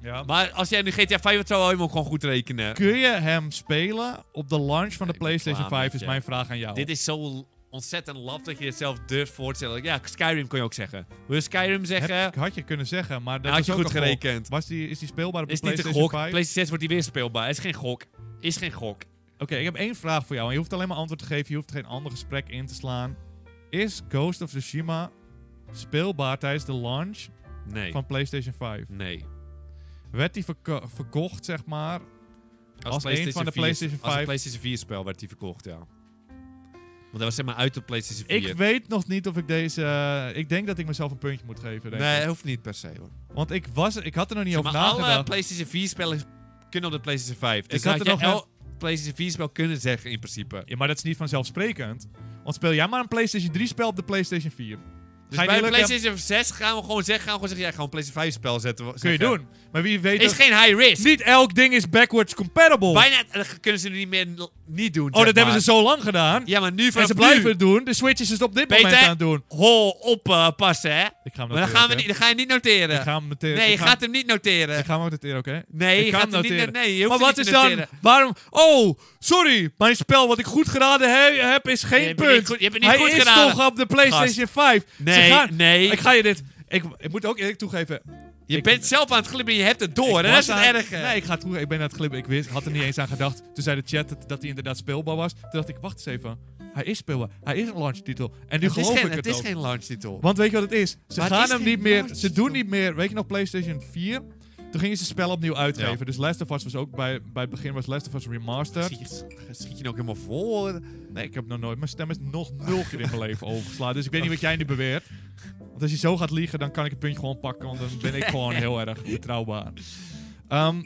S1: Ja.
S2: Maar als jij nu GTA 5 had, zou je hem ook gewoon goed rekenen.
S1: Kun je hem spelen op de launch van de
S2: Ik ben
S1: PlayStation
S2: klaar
S1: 5,
S2: met
S1: is
S2: je.
S1: mijn vraag aan jou.
S2: Dit is zo ontzettend laf dat je het zelf durft voor te stellen. Ja, Skyrim kon je ook zeggen. Wil je Skyrim zeggen?
S1: Heb, had je kunnen zeggen, maar dat
S2: eh, Had
S1: is
S2: je
S1: ook
S2: goed
S1: een gok.
S2: gerekend.
S1: Was die, is die speelbaar op
S2: is
S1: de
S2: niet een
S1: PlayStation
S2: gok.
S1: 5?
S2: PlayStation 6 wordt die weer speelbaar. Is geen gok. Is geen gok.
S1: Oké, ik heb één vraag voor jou. En je hoeft alleen maar antwoord te geven, je hoeft geen ander gesprek in te slaan. Is Ghost of Tsushima speelbaar tijdens de launch
S2: Nee.
S1: van PlayStation 5?
S2: Nee.
S1: Werd die verko- verkocht, zeg maar,
S2: Als,
S1: Als
S2: PlayStation
S1: een van de
S2: 4
S1: PlayStation
S2: Als een
S1: 5.
S2: PlayStation 4 spel werd die verkocht, ja. Want dat was zeg maar uit op PlayStation 4.
S1: Ik weet nog niet of ik deze. eh, ik denk dat ik mezelf een puntje moet geven. Denk
S2: nee,
S1: ik.
S2: hoeft niet per se hoor.
S1: Want ik, was, ik had er nog niet
S2: Zeg
S1: over
S2: maar alle
S1: nagedacht.
S2: PlayStation 4 spellen kunnen op de PlayStation 5. Dus
S1: Ik had er
S2: had je
S1: nog
S2: elk PlayStation 4 spel kunnen zeggen in principe.
S1: ja, maar dat is niet vanzelfsprekend. Want speel jij maar een PlayStation 3 spel op de PlayStation 4.
S2: Dus
S1: Ga je
S2: bij
S1: niet lukken?
S2: PlayStation 6 gaan we gewoon zeggen, gaan we gewoon zeggen, ja, gewoon PlayStation 5 spel zetten. we-
S1: Kun je
S2: zeggen.
S1: doen. Maar wie weet.
S2: Is
S1: dat-
S2: geen high risk.
S1: niet elk ding is backwards compatible.
S2: Bijna, eh, dat kunnen ze nu niet meer n- niet doen.
S1: oh, dat hebben ze zo lang gedaan.
S2: Ja, maar nu
S1: en
S2: vanaf
S1: ze blijven
S2: nu-
S1: het doen. De Switch is het op dit
S2: Peter?
S1: moment aan het doen.
S2: Ho, oppassen, eh, hè.
S1: Ik ga hem
S2: Maar dan, gaan we niet, dan ga je niet noteren.
S1: Ik ga hem meteen.
S2: nee, je
S1: ik ga,
S2: gaat hem niet noteren.
S1: Ik ga hem ook noteren, oké?
S2: nee,
S1: ik
S2: je
S1: ga
S2: gaat
S1: hem
S2: hem niet
S1: noteren.
S2: noteren. Nee, je
S1: Maar wat
S2: hoeft hem
S1: is
S2: niet
S1: dan?
S2: te noteren.
S1: Waarom? Oh, sorry. Mijn spel wat ik goed geraden he- heb is geen
S2: Je hebt het
S1: punt.
S2: niet goed- je hebt het niet
S1: Hij
S2: goed
S1: is
S2: geraden.
S1: toch op de PlayStation 5. Ze
S2: Nee,
S1: gaan-
S2: nee.
S1: Ik ga je dit. Ik, ik moet ook eerlijk toegeven.
S2: je
S1: ik-
S2: bent zelf aan het glimmen, je hebt het door. En dat
S1: was
S2: is het
S1: aan-
S2: erge.
S1: Nee, ik ga toegeven. Ik ben aan het glimmen. Ik wist, had er niet eens aan gedacht. Toen zei de chat dat, dat hij inderdaad speelbaar was. Toen dacht ik, wacht eens even. Hij is speelbaar. Hij is een launchtitel. En nu
S2: het is
S1: geloof
S2: geen,
S1: ik het,
S2: is
S1: ook.
S2: geen launchtitel.
S1: Want weet je wat het is? Ze
S2: Maar het
S1: gaan
S2: is
S1: hem
S2: geen
S1: niet meer. Ze
S2: launchtitel.
S1: doen niet meer. Weet je nog PlayStation 4? Toen gingen ze spellen opnieuw uitgeven. Dus Last of Us was ook bij, bij het begin was Last of Us Remastered.
S2: Schiet je, schiet je nou ook helemaal voor?
S1: Nee, ik heb nog nooit. Mijn stem is nog nul keer in mijn leven overgeslagen. Dus ik weet niet wat jij nu beweert. Want als je zo gaat liegen, dan kan ik het puntje gewoon pakken. Want dan ben ik gewoon heel erg betrouwbaar. Ehm,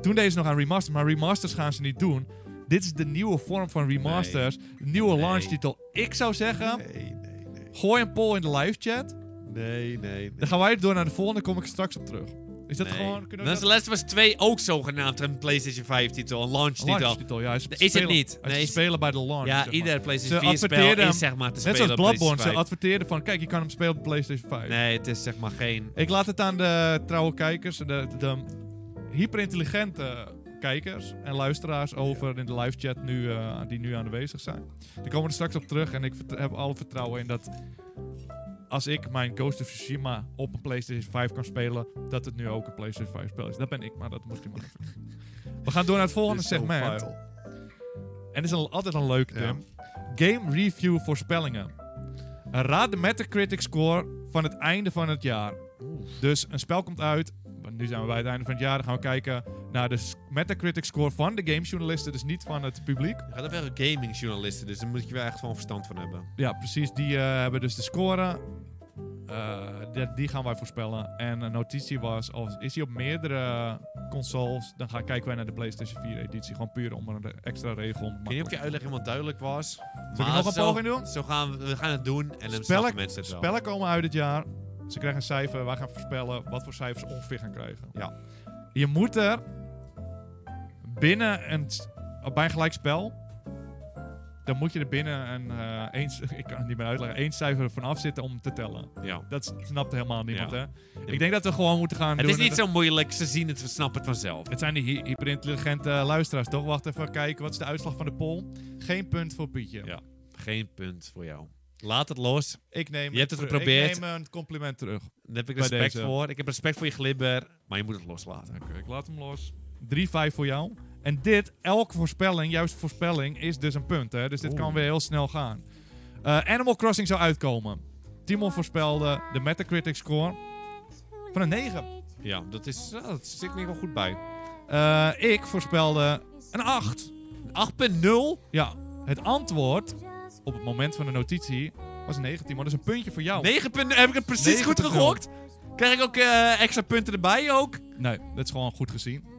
S1: toen deden ze nog aan remasters, maar remasters gaan ze niet doen. Dit is de nieuwe vorm van remasters. Nieuwe
S2: Nee.
S1: launchtitel. Ik zou zeggen,
S2: Nee, nee, nee.
S1: gooi een poll in de live chat.
S2: Nee, nee,
S1: Dan gaan wij door naar de volgende, kom ik straks op terug. Is dat gewoon... Kunnen
S2: Dan
S1: we
S2: is The Last of Us 2 ook zogenaamd een PlayStation 5 titel, een launch
S1: een
S2: titel.
S1: launchtitel? Ja, is,
S2: Is het niet?
S1: Hij
S2: Nee,
S1: is
S2: is-
S1: te spelen bij de launch. zeg
S2: Ja,
S1: maar.
S2: ieder PlayStation
S1: Ze
S2: 4 spel
S1: adverteren
S2: is
S1: hem-
S2: zeg maar te
S1: Net
S2: spelen
S1: zoals
S2: op
S1: Bloodborne, ze
S2: PlayStation 5.
S1: adverteerden van, kijk, je kan hem spelen op de PlayStation 5.
S2: Nee, het is zeg maar geen...
S1: Ik laat het aan de trouwe kijkers, de, de hyperintelligente kijkers en luisteraars over in de live chat nu, eh, die nu aanwezig zijn. Daar komen we er straks op terug en ik vert- heb alle vertrouwen in dat als ik mijn Ghost of Tsushima op een PlayStation 5 kan spelen, dat het nu ook een PlayStation 5 spel is. Dat ben ik, maar dat moet je maar even. We gaan door naar het volgende
S2: Dit is zo
S1: segment.
S2: vuil.
S1: En is een, altijd een leuk,
S2: Ja.
S1: Tim. Game review voorspellingen. Raad de Metacritic score van het einde van het jaar. Dus een spel komt uit. want Nu zijn we bij het einde van het jaar. Dan gaan we kijken naar de s- Metacritic score van de gamejournalisten. Dus niet van het publiek.
S2: Je gaat ook wel gamingjournalisten, dus daar moet je wel echt gewoon verstand van hebben.
S1: Ja, precies. Die eh, hebben dus de score. Eh, die, die gaan wij voorspellen. En een notitie was, als is hij op meerdere consoles, dan gaan, kijken wij naar de PlayStation 4 editie. Gewoon puur om er een extra regel.
S2: Ik weet niet of je uitleg helemaal duidelijk was.
S1: Zullen we nog een
S2: zo,
S1: poging doen?
S2: Zo gaan we, we gaan het doen en dan
S1: Spellen-
S2: snappen mensen het wel.
S1: Spellen komen uit het jaar. Ze krijgen een cijfer. Wij gaan voorspellen wat voor cijfers ze ongeveer gaan krijgen.
S2: Ja.
S1: Je moet er binnen een, s- bij een gelijk spel dan moet je er binnen een, eh, eens, ik kan het niet meer uitleggen, één cijfer vanaf zitten om te tellen.
S2: Ja.
S1: Dat snapt helemaal niemand,
S2: Ja.
S1: hè? Ik denk dat we gewoon moeten gaan
S2: Het
S1: doen...
S2: is niet
S1: dat-
S2: zo moeilijk, ze zien het, we snappen het vanzelf.
S1: Het zijn die hy- hyperintelligente luisteraars, toch? Wacht even, kijken, wat is de uitslag van de poll? Geen punt voor Pietje.
S2: Ja. Geen punt voor jou. Laat het los.
S1: Ik neem
S2: Je hebt het
S1: ik
S2: geprobeerd.
S1: neem een compliment terug.
S2: Daar heb ik
S1: Bij
S2: respect
S1: deze.
S2: voor. Ik heb respect voor je glibber, maar je moet het loslaten.
S1: Oké, ik laat hem los. 3-5 voor jou. En dit, elke voorspelling, juist voorspelling, is dus een punt. Hè? Dus dit
S2: Oeh.
S1: kan weer heel snel gaan. Eh, Animal Crossing zou uitkomen. Timon voorspelde de Metacritic score van een 9.
S2: Ja, dat, is, ah, dat zit me wel goed bij.
S1: Eh, ik voorspelde een 8.
S2: 8.0?
S1: Ja, het antwoord op het moment van de notitie was een 19. Maar dat is een puntje voor jou.
S2: 9 punten, heb ik het precies goed
S1: 9.0.
S2: gegokt? Krijg ik ook eh, extra punten erbij ook?
S1: Nee, dat is gewoon goed gezien.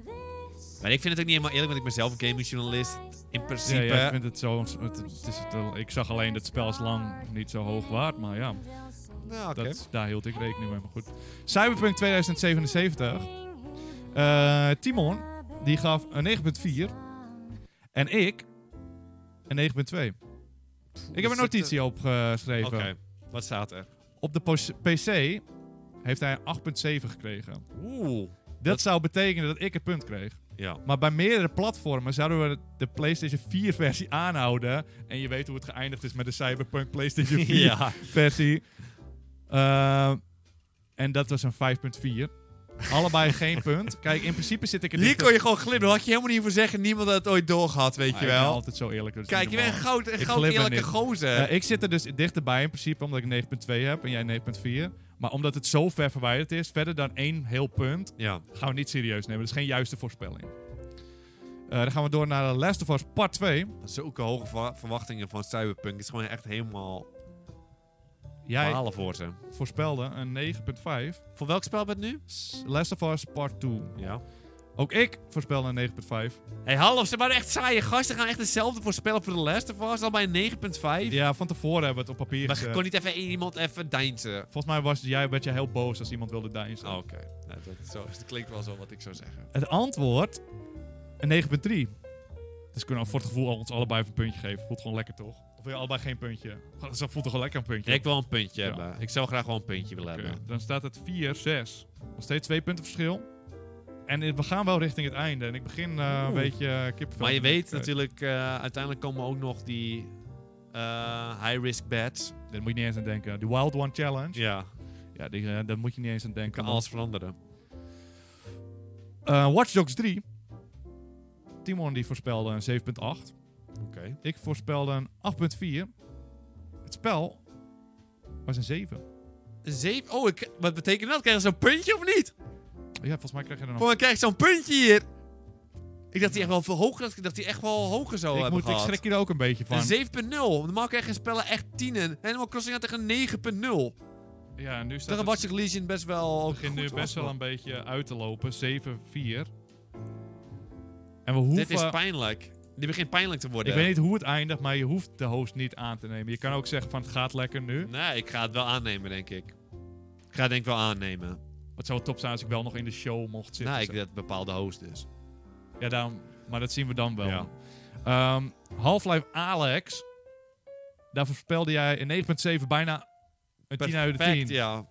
S2: Maar ik vind het ook niet helemaal eerlijk, want ik ben zelf een gamingjournalist. In principe.
S1: Ja, ja, ik vind het zo. Het, het is het, wel- ik zag alleen dat het spel is lang niet zo hoog waard, maar ja,
S2: Nou, oké.
S1: dat, daar hield ik rekening mee. Maar goed. Cyberpunk 2077. Eh, Timon, die gaf een 9,4. En ik een 9,2. Ik heb een notitie opgeschreven.
S2: eh, Oké, wat staat er?
S1: Op de pos- PC heeft hij een 8,7 gekregen.
S2: Oeh.
S1: Dat zou betekenen dat ik het punt kreeg.
S2: Ja.
S1: Maar bij meerdere platformen zouden we de PlayStation 4 versie aanhouden. En je weet hoe het geëindigd is met de Cyberpunk PlayStation 4
S2: ja.
S1: versie. Ehm, en dat was een 5.4. Allebei geen punt. Kijk, in principe zit ik er
S2: Hier
S1: dichter-
S2: kon je gewoon glibberen. Had je helemaal niet voor zeggen. Niemand had het ooit doorgehad, weet
S1: Maar
S2: je
S1: Ah, Ik ben
S2: wel.
S1: altijd zo eerlijk. dat is
S2: Kijk,
S1: niet
S2: je bent een
S1: normaal.
S2: goud, een
S1: Ik
S2: goud
S1: glibber
S2: eerlijke
S1: niet.
S2: gozer.
S1: Eh, ik zit er dus dichterbij in principe, omdat ik 9.2 heb en jij 9.4. Maar omdat het zo ver verwijderd is, verder dan één heel punt,
S2: ja.
S1: gaan we niet serieus nemen. Dat is geen juiste voorspelling. Eh, dan gaan we door naar The Last of Us Part 2.
S2: Zulke hoge va- verwachtingen van Cyberpunk. Het is gewoon echt helemaal
S1: Jij,
S2: verhalen voor ze.
S1: voorspelde een 9.5.
S2: Voor welk spel ben je nu?
S1: S- Last of Us Part 2.
S2: Ja.
S1: Ook ik voorspelde een 9.5.
S2: Hey, hallo, ze waren echt saaie gasten. Gaan echt hetzelfde voorspellen voor de Last of Us. Al bij een 9.5.
S1: Ja, van tevoren hebben we het op papier
S2: Maar je
S1: gezet.
S2: kon niet even iemand even deinzen.
S1: Volgens mij was jij, werd je heel boos als iemand wilde deinzen.
S2: Oké. Nou, dat, zo, dat klinkt wel zo wat ik zou zeggen.
S1: Het antwoord, een 9.3. Dus kunnen we voor het gevoel al- ons allebei even een puntje geven. Voelt gewoon lekker, toch? Of wil je allebei geen puntje? Goh, Zo voelt toch wel lekker een puntje?
S2: ik wil een puntje
S1: Ja.
S2: hebben. Ik zou graag wel een puntje willen
S1: Oké,
S2: hebben.
S1: Dan staat het 4-6. Nog steeds twee punten verschil. En eh, we gaan wel richting het einde. En ik begin eh, een
S2: Oeh.
S1: beetje eh, kippenvel.
S2: Maar je
S1: te krijgen.
S2: weet natuurlijk, eh, uiteindelijk komen ook nog die eh, high-risk bets.
S1: Daar moet je niet eens aan denken. De Wild One Challenge.
S2: Ja.
S1: Ja, die, eh, daar moet je niet eens aan denken.
S2: Kan alles veranderen.
S1: Eh, Watch Dogs 3. Timon die voorspelde een 7.8.
S2: Oké.
S1: Ik voorspelde een 8.4. Het spel was een 7.
S2: Zeven? Oh, ik, wat betekent dat? Krijg je zo'n puntje of niet?
S1: Ja, volgens mij krijg je er nog...
S2: Voor mij krijg ik zo'n puntje hier. Ik dacht die echt wel veel hoger, dat ik dacht die echt wel hoger zou
S1: ik,
S2: hebben
S1: moet, ik schrik hier ook een beetje van.
S2: gehad. Een 7.0. Normaal krijgen spellen echt tienen. Animal Crossing had tegen een 9.0
S1: Ja, nu staat
S2: Tegen
S1: het,
S2: Watch Dogs Legion best wel
S1: begint
S2: goed
S1: nu
S2: was,
S1: best wel
S2: hoor.
S1: een beetje uit te lopen. 7-4. En we hoeven...
S2: Dit is pijnlijk. Dit begint pijnlijk te worden.
S1: ik weet niet hoe het eindigt, maar je hoeft de host niet aan te nemen. Je kan ook zeggen van het gaat lekker nu.
S2: Nee, ik ga het wel aannemen, denk ik. Ik ga het denk ik wel aannemen.
S1: Het zou top zijn als ik wel nog in de show mocht zitten.
S2: Nou, ik dat bepaalde host dus.
S1: Ja, daarom, maar dat zien we dan wel.
S2: Ja.
S1: Ehm, Half-Life Alex. Daar voorspelde jij een 9.7 bijna een 10 uit de 10.
S2: Perfect, ja.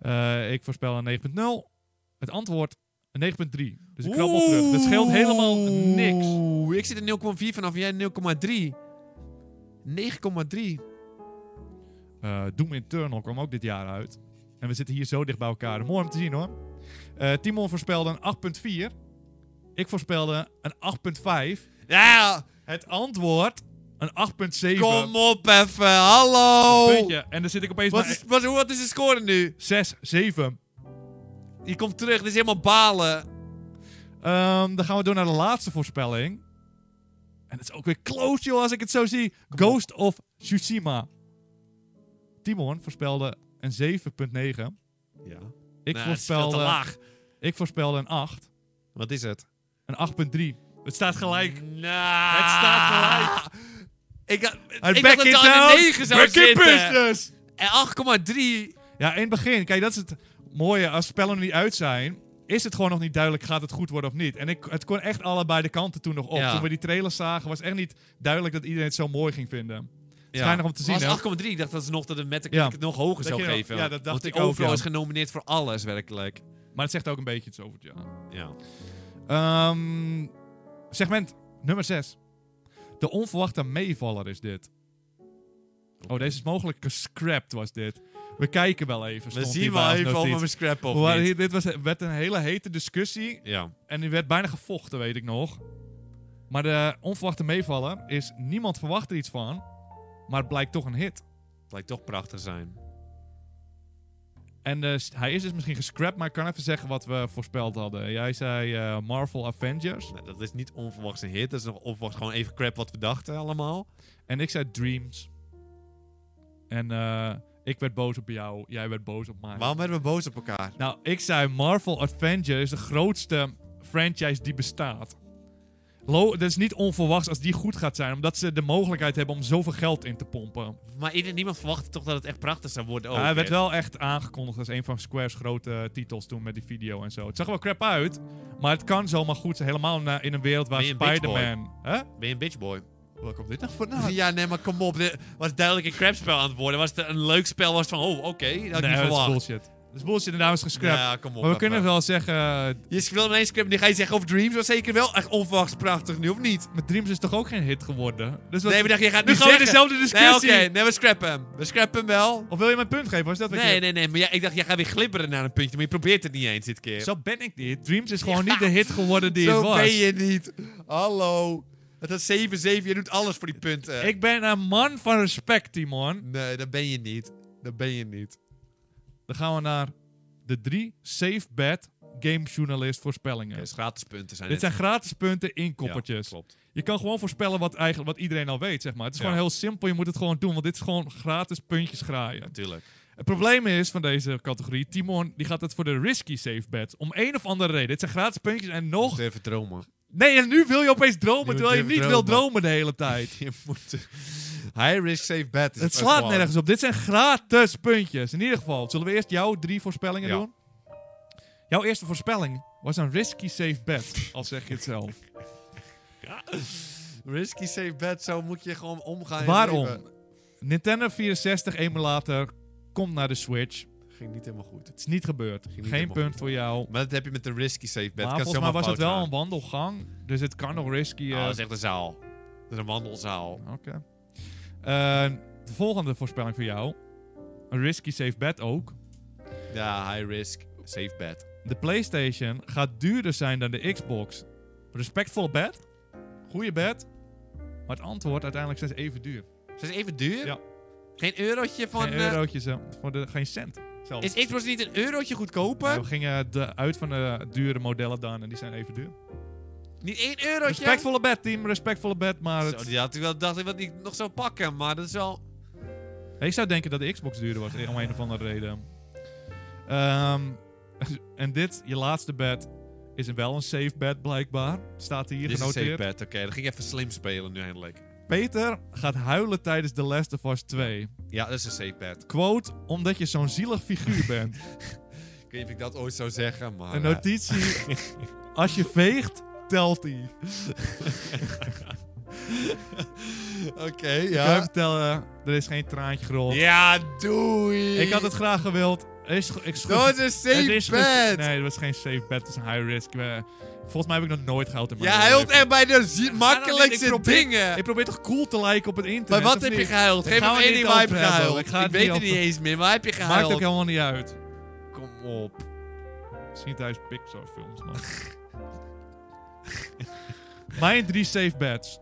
S1: Eh, ik voorspel een 9.0. Het antwoord een 9.3. Dus ik krabbel terug. Dat scheelt helemaal niks.
S2: Oeh, Ik zit in 0,4 vanaf jij 0,3. 9,3.
S1: Eh, Doom Eternal kwam ook dit jaar uit. En we zitten hier zo dicht bij elkaar. Mooi om te zien hoor. Eh, Timon voorspelde een 8.4. Ik voorspelde een 8.5.
S2: Ja,
S1: Het antwoord een 8.7.
S2: kom op even, hallo!
S1: Puntje. En dan zit ik opeens
S2: Wat is, wat, hoe- wat is de score nu?
S1: bij 6-7.
S2: Je komt terug, dit is helemaal balen.
S1: Ehm, dan gaan we door naar de laatste voorspelling. En het is ook weer close, joh, als ik het zo zie. Ghost of Tsushima. Timon voorspelde een 7.9.
S2: Ja.
S1: Ik,
S2: nou, het is veel te
S1: voorspelde,
S2: laag.
S1: ik voorspelde een 8.
S2: Wat is het?
S1: Een 8.3. Het staat gelijk.
S2: Nou.
S1: Het staat gelijk.
S2: Ik, had-
S1: En
S2: ik dacht dat het al in 9 zou
S1: Back in
S2: zitten.
S1: business.
S2: En 8,3.
S1: Ja, in het begin. Kijk, dat is het mooie. Als spellen er niet uit zijn, is het gewoon nog niet duidelijk, gaat het goed worden of niet? En ik, het kon echt allebei de kanten toen nog op.
S2: Ja.
S1: Toen we die trailers zagen, was echt niet duidelijk dat iedereen het zo mooi ging vinden.
S2: Ja.
S1: Schijnig om te zien,
S2: Het
S1: hè?
S2: was 8,3. Ik dacht dat ze nog dat de Metacritic
S1: Ja.
S2: het nog hoger zou
S1: je wel-
S2: geven.
S1: ja, dat dacht
S2: Want
S1: ik
S2: die
S1: ook,
S2: overal
S1: ja.
S2: is genomineerd voor alles, werkelijk.
S1: Maar het zegt ook een beetje iets over het jaar.
S2: Ja.
S1: Ehm, segment nummer 6. De onverwachte meevaller is dit. Oh, deze is mogelijk gescrapt, was dit. We kijken wel even.
S2: We
S1: stond
S2: zien
S1: hier
S2: wel
S1: bij ons
S2: even of we
S1: notitie.
S2: hem scrap of
S1: Maar
S2: niet.
S1: hier- Dit was, werd een hele hete discussie.
S2: Ja.
S1: En die werd bijna gevochten, weet ik nog. Maar de onverwachte meevaller is... Niemand verwacht er iets van. Maar het blijkt toch een hit.
S2: Het lijkt toch prachtig zijn.
S1: En eh, s- hij is dus misschien gescrapt, maar ik kan even zeggen wat we voorspeld hadden. Jij zei eh, Marvel Avengers.
S2: Nou, dat is niet onverwachts een hit. Dat is nog onverwachts gewoon even crap wat we dachten allemaal.
S1: En ik zei Dreams. En eh, ik werd boos op jou. Jij werd boos op mij.
S2: Waarom werden we boos op elkaar?
S1: Nou, ik zei Marvel Avengers is de grootste franchise die bestaat. Lo dat is niet onverwachts als die goed gaat zijn. Omdat ze de mogelijkheid hebben om zoveel geld in te pompen.
S2: Maar ieder, niemand verwachtte toch dat het echt prachtig zou worden ook.
S1: hij werd
S2: hè?
S1: wel echt aangekondigd als een van Square's grote titels toen met die video en zo. Het zag er wel crap uit. Maar het kan zomaar goed zijn. Helemaal na- in een wereld waar
S2: Ben je een bitch
S1: Spider-Man... Hè?
S2: Ben je een bitchboy?
S1: Waar komt dit nou vandaan?
S2: Ja, nee, maar kom op. Dit was duidelijk een crapspel aan het worden. Was het een leuk spel? Was het van, oh, oké. dat had ik
S1: Nee,
S2: niet
S1: dat is
S2: verwacht.
S1: bullshit. Dat is bullshit en daarom is het
S2: Nou
S1: gescrapt.
S2: ja, kom
S1: Maar
S2: op.
S1: we
S2: even.
S1: kunnen wel zeggen, eh,
S2: Je speelt ineens script en die ga je zeggen over Dreams. was zeker wel echt onverwachts prachtig nu, of niet?
S1: maar Dreams is toch ook geen hit geworden? Dus wat-
S2: Nee, maar dacht, je gaat
S1: nu
S2: nu
S1: gaan we
S2: zeggen...
S1: dezelfde
S2: Nee, oké.
S1: discussie.
S2: Nee, we scrappen hem. We scrappen hem wel.
S1: Of wil je mijn punt geven? Was dat wat je...
S2: Nee, nee, nee. Maar ja, ik dacht, jij gaat weer glibberen naar een puntje. Maar je probeert het niet eens dit keer.
S1: Zo ben ik niet. Dreams is gewoon niet de hit geworden die
S2: Zo
S1: het was.
S2: ben je niet. Hallo. Het is 7-7. Je doet alles voor die punten.
S1: Ik ben een man van respect, Timon.
S2: Nee, dat ben je niet. Dat ben je niet.
S1: Dan gaan we naar de drie safe bet gamejournalist voorspellingen.
S2: Het is gratis punten zijn
S1: Dit zijn gratis punten in koppertjes.
S2: Ja, klopt.
S1: je kan gewoon voorspellen wat, eigenlijk, wat iedereen al weet, zeg maar. Het is
S2: Ja.
S1: gewoon heel simpel. Je moet het gewoon doen, want dit is gewoon gratis puntjes graaien.
S2: Natuurlijk.
S1: Het probleem is van deze categorie, Timon die gaat het voor de risky safe bet. Om een of andere reden. Dit zijn gratis puntjes en nog
S2: Even dromen.
S1: Nee, en nu wil je opeens dromen,
S2: Nu
S1: terwijl je
S2: wil je
S1: niet wil
S2: dromen.
S1: dromen de hele tijd.
S2: Je moet... High risk, safe bet. is
S1: Het
S2: first
S1: slaat
S2: one.
S1: nergens op. Dit zijn gratis puntjes. In ieder geval, zullen we eerst jouw drie voorspellingen
S2: Ja.
S1: doen? Jouw eerste voorspelling was een risky safe bet, al zeg je het zelf.
S2: Risky, safe bet. Zo moet je gewoon omgaan. in het
S1: Waarom?
S2: leven.
S1: Nintendo 64 emulator komt naar de Switch.
S2: Ging niet helemaal goed.
S1: Het is niet gebeurd.
S2: niet
S1: Geen
S2: helemaal
S1: punt
S2: goed.
S1: voor jou.
S2: Maar dat heb je met de risky safe bet.
S1: maar
S2: kan
S1: volgens mij
S2: zomaar
S1: was het
S2: fout
S1: wel
S2: gaan.
S1: een wandelgang, dus het kan nog risky. eh,
S2: Oh, dat is echt een zaal. Dat is een wandelzaal.
S1: Oké. Eh, de volgende voorspelling voor jou. Een risky safe bet ook.
S2: Ja, high risk, safe bet.
S1: De PlayStation gaat duurder zijn dan de Xbox. Respectvol bed. Goeie bed. Maar het antwoord uiteindelijk zijn ze even duur.
S2: Is het even duur?
S1: Ja.
S2: Geen eurotje van...
S1: geen
S2: eh,
S1: eurotjes, eh, voor de, geen cent. Zelfs.
S2: is Xbox niet een eurotje goedkoper?
S1: Nee, we gingen de, uit van de dure modellen dan en die zijn even duur.
S2: Niet één eurotje?
S1: Respectvolle bed, team. Respectvolle bed. Maar
S2: Zo,
S1: het-
S2: die had ik wel dacht ik wat ik nog zou pakken, maar dat is wel...
S1: ik zou denken dat de Xbox duurder was, eh, om een of andere reden. Ehm, en dit, je laatste bed, is een- wel een safe bed blijkbaar. Staat hier
S2: Dit is een safe
S1: genoteerd.
S2: bet, oké. Dan ging ik even slim spelen nu eindelijk.
S1: Peter gaat huilen tijdens The Last of Us 2.
S2: Ja, dat is een safe bet.
S1: Quote, omdat je zo'n zielig figuur bent.
S2: Oh, Ik weet niet of ik dat ooit zou zeggen, maar...
S1: Een
S2: eh,
S1: notitie. Als je veegt, telt die.
S2: Oké,
S1: Ik kan je
S2: ja.
S1: vertellen, er is geen traantje gerold.
S2: Ja, doei!
S1: Ik had het graag gewild. Er is, ge- ik schu-
S2: Dat is een
S1: het
S2: safe
S1: is ge-
S2: bet!
S1: Nee, dat was geen safe bet. Het is een high risk. Eh, Volgens mij heb ik nog nooit gehouden. in mijn
S2: Ja, hij
S1: leven.
S2: hield echt bij de zie-
S1: Ik
S2: makkelijkste
S1: probeer-
S2: dingen.
S1: Ik probeer toch cool te lijken op het internet.
S2: Maar wat
S1: of
S2: heb je
S1: niet?
S2: gehuild?
S1: Daar
S2: Geef
S1: gaan
S2: me
S1: we
S2: één
S1: het
S2: ding
S1: niet
S2: waar heb
S1: over
S2: je
S1: hebben.
S2: gehuild.
S1: Ik
S2: Ik,
S1: ga het
S2: weet
S1: niet
S2: het niet
S1: over-
S2: eens meer, maar waar heb je gehuild?
S1: Maakt ook helemaal niet uit.
S2: Kom op.
S1: Misschien tijdens Pixar films, man. Mijn drie safe bets.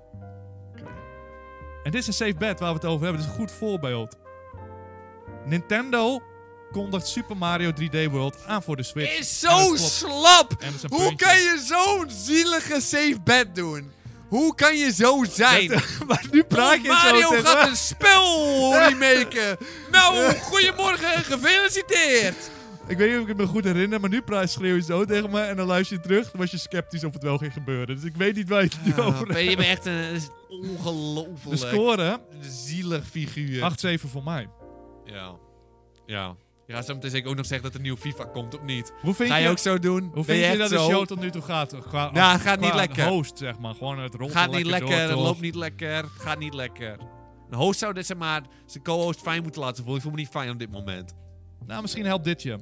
S1: En dit is een safe bet waar we het over hebben. Dit is een goed voorbeeld. Nintendo kondigt Super Mario 3D World aan voor de Switch.
S2: Is
S1: En dat
S2: zo
S1: klopt.
S2: slap!
S1: En dat is een
S2: Hoe
S1: puntje.
S2: kan je zo'n zielige safe bet doen? Hoe kan je zo zijn?
S1: maar nu praat je
S2: Oh, Mario
S1: zo tegen-
S2: gaat een spel remaken. nou, goedemorgen, gefeliciteerd.
S1: Ik weet niet of ik het me goed herinner, maar nu praat schreeuw je zo tegen me. En dan luister je terug. Dan was je sceptisch of het wel ging gebeuren. Dus ik weet niet waar je het nu over
S2: Ah, je
S1: hebt.
S2: bent echt een
S1: De
S2: ongelooflijk
S1: score,
S2: zielig figuur.
S1: 8-7 voor mij.
S2: Ja. Ja. Je gaat zo meteen zeker ook nog zeggen dat er een nieuw FIFA komt, of niet?
S1: Hoe vind
S2: Ga je
S1: je,
S2: ook zo doen?
S1: hoe
S2: Ben
S1: vind je,
S2: echt
S1: dat de
S2: zo?
S1: show tot nu toe gaat? Qua,
S2: Nou, het gaat
S1: qua
S2: niet lekker.
S1: host, zeg maar. Gewoon het rond.
S2: Gaat niet lekker, het
S1: door,
S2: loopt niet lekker, het gaat niet lekker. Een host zou dit, zeg maar, zijn co-host fijn moeten laten voelen. Ik voel me niet fijn op dit moment.
S1: Nou, misschien helpt dit je.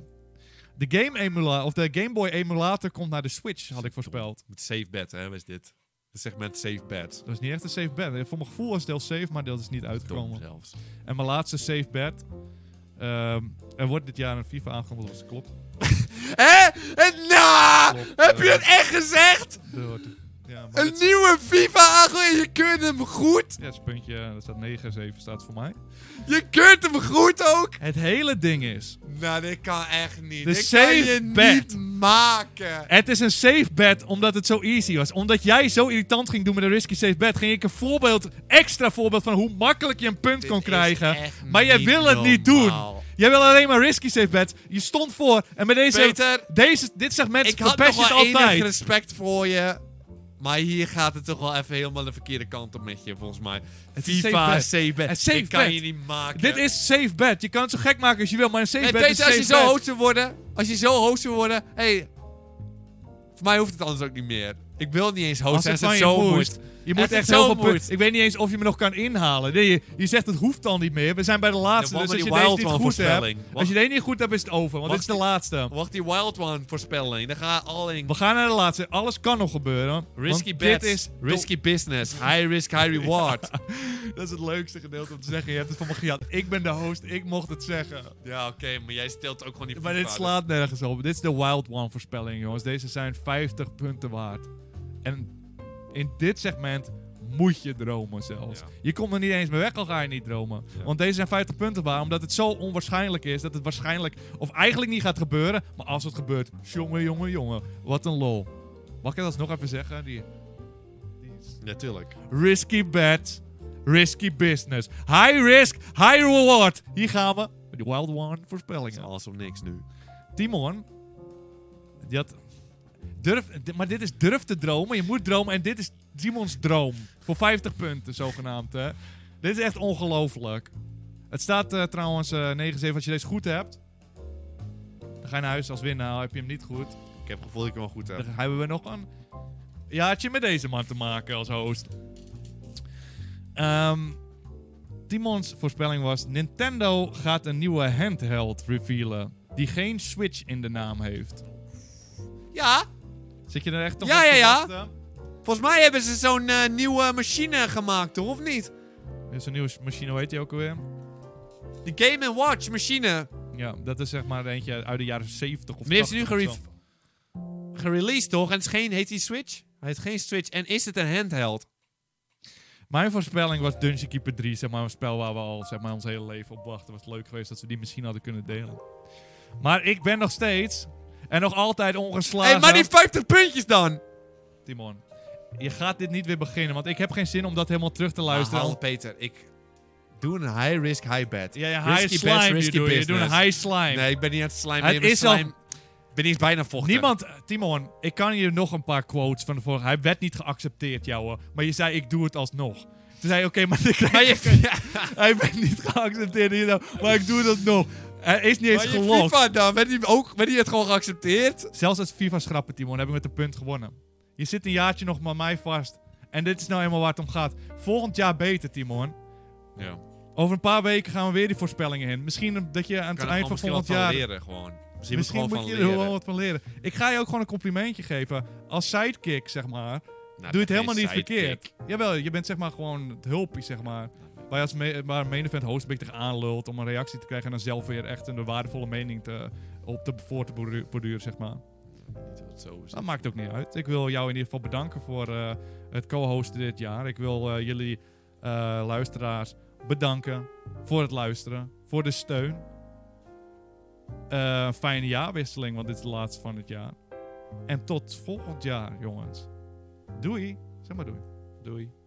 S1: De game emulator, of de Game Boy emulator komt naar de Switch, had ik voorspeld.
S2: Met safe bed, hè, was dit. Het segment safe bed.
S1: Dat is niet echt een safe bet. Eh, Voor mijn gevoel was het heel safe, maar dat is niet
S2: Dom
S1: uitgekomen.
S2: zelfs.
S1: En mijn laatste safe bet. ehm, er wordt dit jaar een FIFA aangekondigd, dus klopt.
S2: Hè? En na!
S1: Klopt,
S2: Heb
S1: eh.
S2: je het echt gezegd?
S1: Er wordt- Ja, maar
S2: Een
S1: dit,
S2: nieuwe FIFA aango en je kunt hem goed?
S1: ja, het is een puntje, er staat 9, 7 staat voor mij.
S2: Je kunt hem goed ook?
S1: Het hele ding is,
S2: Nou, dit kan echt niet.
S1: De
S2: dit kan
S1: safe
S2: je
S1: bet.
S2: niet maken.
S1: Het is een safe bet omdat het zo easy was. Omdat jij zo irritant ging doen met een risky safe bet, ging ik een voorbeeld, extra voorbeeld van hoe makkelijk je een punt
S2: Dit
S1: kon
S2: is
S1: krijgen.
S2: echt
S1: Maar jij
S2: niet
S1: wil het niet doen.
S2: normaal.
S1: Jij wil alleen maar risky safe bets. Je stond voor en met deze,
S2: Peter,
S1: deze dit segment
S2: ik had
S1: verpest
S2: nog
S1: je het
S2: wel enig
S1: altijd.
S2: respect voor je. Maar hier gaat het toch wel even helemaal de verkeerde kant op met je, volgens mij.
S1: Het is
S2: FIFA,
S1: safe
S2: safe bet.
S1: Het is safe
S2: Dit kan
S1: bet.
S2: je niet maken.
S1: Dit is safe bet. Je kan het zo gek maken als je wil, maar een safe
S2: Hey,
S1: bet is
S2: Peter, als
S1: safe
S2: je zo
S1: bet.
S2: hoog zou worden, als je zo hoog zou worden, hey, voor mij hoeft het anders ook niet meer. Ik wil niet eens hoog
S1: Als
S2: zijn
S1: het
S2: als
S1: van
S2: het
S1: je
S2: zo
S1: moest.
S2: moet.
S1: Je
S2: Als
S1: moet
S2: het
S1: echt
S2: zo
S1: zoveel
S2: moet.
S1: punten. Ik weet niet eens of je me nog kan inhalen. Nee, je, je zegt het hoeft al niet meer. We zijn bij de laatste.
S2: Ja,
S1: Dus als
S2: wacht
S1: je
S2: maar
S1: deze
S2: die Wild
S1: niet
S2: Man
S1: goed hebt,
S2: voorspelling. Wacht.
S1: als je deze niet goed hebt, is het over. Want dit is
S2: Wacht.
S1: de laatste.
S2: Wacht die Wild One voorspelling, dan ga al in.
S1: We gaan naar de laatste. Alles kan nog gebeuren.
S2: Risky
S1: want
S2: bets,
S1: Dit is
S2: risky business, high risk, high reward. ja,
S1: Dat is het leukste gedeelte om te zeggen. Je hebt het van me gejat. Ik ben de host. Ik mocht het zeggen.
S2: oké, maar jij stelt ook gewoon niet
S1: Maar dit slaat nergens op. Dit is de Wild One voorspelling, jongens. Deze zijn 50 punten waard. En in dit segment moet je dromen zelfs.
S2: Ja.
S1: Je komt er niet eens mee weg, al ga je niet dromen.
S2: Ja.
S1: Want deze zijn 50 punten waard, omdat het zo onwaarschijnlijk is dat het waarschijnlijk of eigenlijk niet gaat gebeuren. Maar als het gebeurt, jongen, jongen, jongen, wat een lol. Mag ik dat alsnog even zeggen? Die, die
S2: Natuurlijk.
S1: Risky bet, risky business. High risk, high reward. Hier gaan we met de Wild One
S2: is
S1: voorspellingen.
S2: alles of niks nu.
S1: Timon, die had... Durf, di- maar dit is durf te dromen. Je moet dromen en dit is Timons droom. Voor 50 punten, zogenaamd. Hè. Dit is echt ongelooflijk. Het staat eh, trouwens eh 9-7 als je deze goed hebt. Dan ga je naar huis als winnaar. Heb je hem niet goed,
S2: Ik heb het gevoel dat ik hem wel goed heb.
S1: dan hebben we nog een jaartje met deze man te maken als host. Ehm, Timons voorspelling was: Nintendo gaat een nieuwe handheld revealen. Die geen Switch in de naam heeft.
S2: Ja,
S1: Zit je er echt op?
S2: Ja,
S1: te
S2: ja, ja.
S1: wachten?
S2: volgens mij hebben ze zo'n eh, nieuwe machine gemaakt, toch? Of niet?
S1: Er is een nieuwe s- machine, hoe heet die ook alweer?
S2: De Game Watch machine.
S1: Ja, dat is zeg maar eentje uit de jaren 70 of
S2: Maar die heeft ze nu
S1: 80 of zo.
S2: geref- gereleased, toch? En het is geen, heet die Switch? Hij heeft geen Switch. En is het een handheld?
S1: Mijn voorspelling was Dungeon Keeper 3, zeg maar een spel waar we al zeg maar, ons hele leven op wachten. Was het leuk geweest dat ze die misschien hadden kunnen delen. Maar ik ben nog steeds en nog altijd
S2: Hé,
S1: ongeslagen.
S2: hey, maar die 50 puntjes dan!
S1: Timon, je gaat dit niet weer beginnen, want ik heb geen zin om dat helemaal terug te
S2: Luister
S1: luisteren.
S2: al, Nou, Peter. Ik doe een high risk, high bet.
S1: ja, ja,
S2: Risky
S1: high
S2: bets,
S1: slime
S2: risky
S1: je doet. Je doet
S2: business.
S1: een high slime.
S2: Nee, ik ben niet aan het slijmen.
S1: Het
S2: Nee, mijn
S1: is al-
S2: slijm- Ik ben niet eens bijna vochtig.
S1: Niemand, eh, Timon, ik kan hier nog een paar quotes van de vorige. Hij werd niet geaccepteerd, jouwe. Maar je zei, ik doe het alsnog. Toen zei je, oké, maar dan krijg
S2: Maar
S1: je-
S2: je, ja,
S1: hij werd niet geaccepteerd. hier nou, Maar ik doe dat nog. Hij is niet eens
S2: maar je
S1: gelokt.
S2: FIFA dan, werd die, ook, werd die het gewoon geaccepteerd?
S1: Zelfs als FIFA schrappen, Timon, heb ik met een punt gewonnen. Je zit een jaartje nog maar mij vast. En dit is nou helemaal waar het om gaat. Volgend jaar beter, Timon.
S2: Ja.
S1: Over een paar weken gaan we weer die voorspellingen in. Misschien dat je aan het
S2: Kan er
S1: eind
S2: gewoon
S1: van
S2: misschien
S1: volgend
S2: wat van
S1: jaar...
S2: leren, gewoon. Misschien,
S1: Misschien
S2: moet
S1: moet
S2: gewoon
S1: je
S2: van
S1: er
S2: leren.
S1: wel wat van leren. Ik ga je ook gewoon een complimentje geven. Als sidekick, zeg maar,
S2: Nou,
S1: doe je
S2: dat
S1: het helemaal
S2: is
S1: niet
S2: sidekick.
S1: verkeerd. Jawel, je bent zeg maar gewoon het hulpje, zeg maar. Waar je als me waar een main event host een beetje tegenaan lult om een reactie te krijgen en dan zelf weer echt een waardevolle mening te, op de, voor te bordu- borduren, zeg maar.
S2: Niet dat het zo is.
S1: Dat maakt ook niet uit. Ik wil jou in ieder geval bedanken voor eh, het co-hosten dit jaar. Ik wil eh, jullie eh, luisteraars bedanken voor het luisteren, voor de steun. Eh, fijne jaarwisseling, want dit is de laatste van het jaar. En tot volgend jaar, jongens. Doei. Zeg maar doei.
S2: Doei.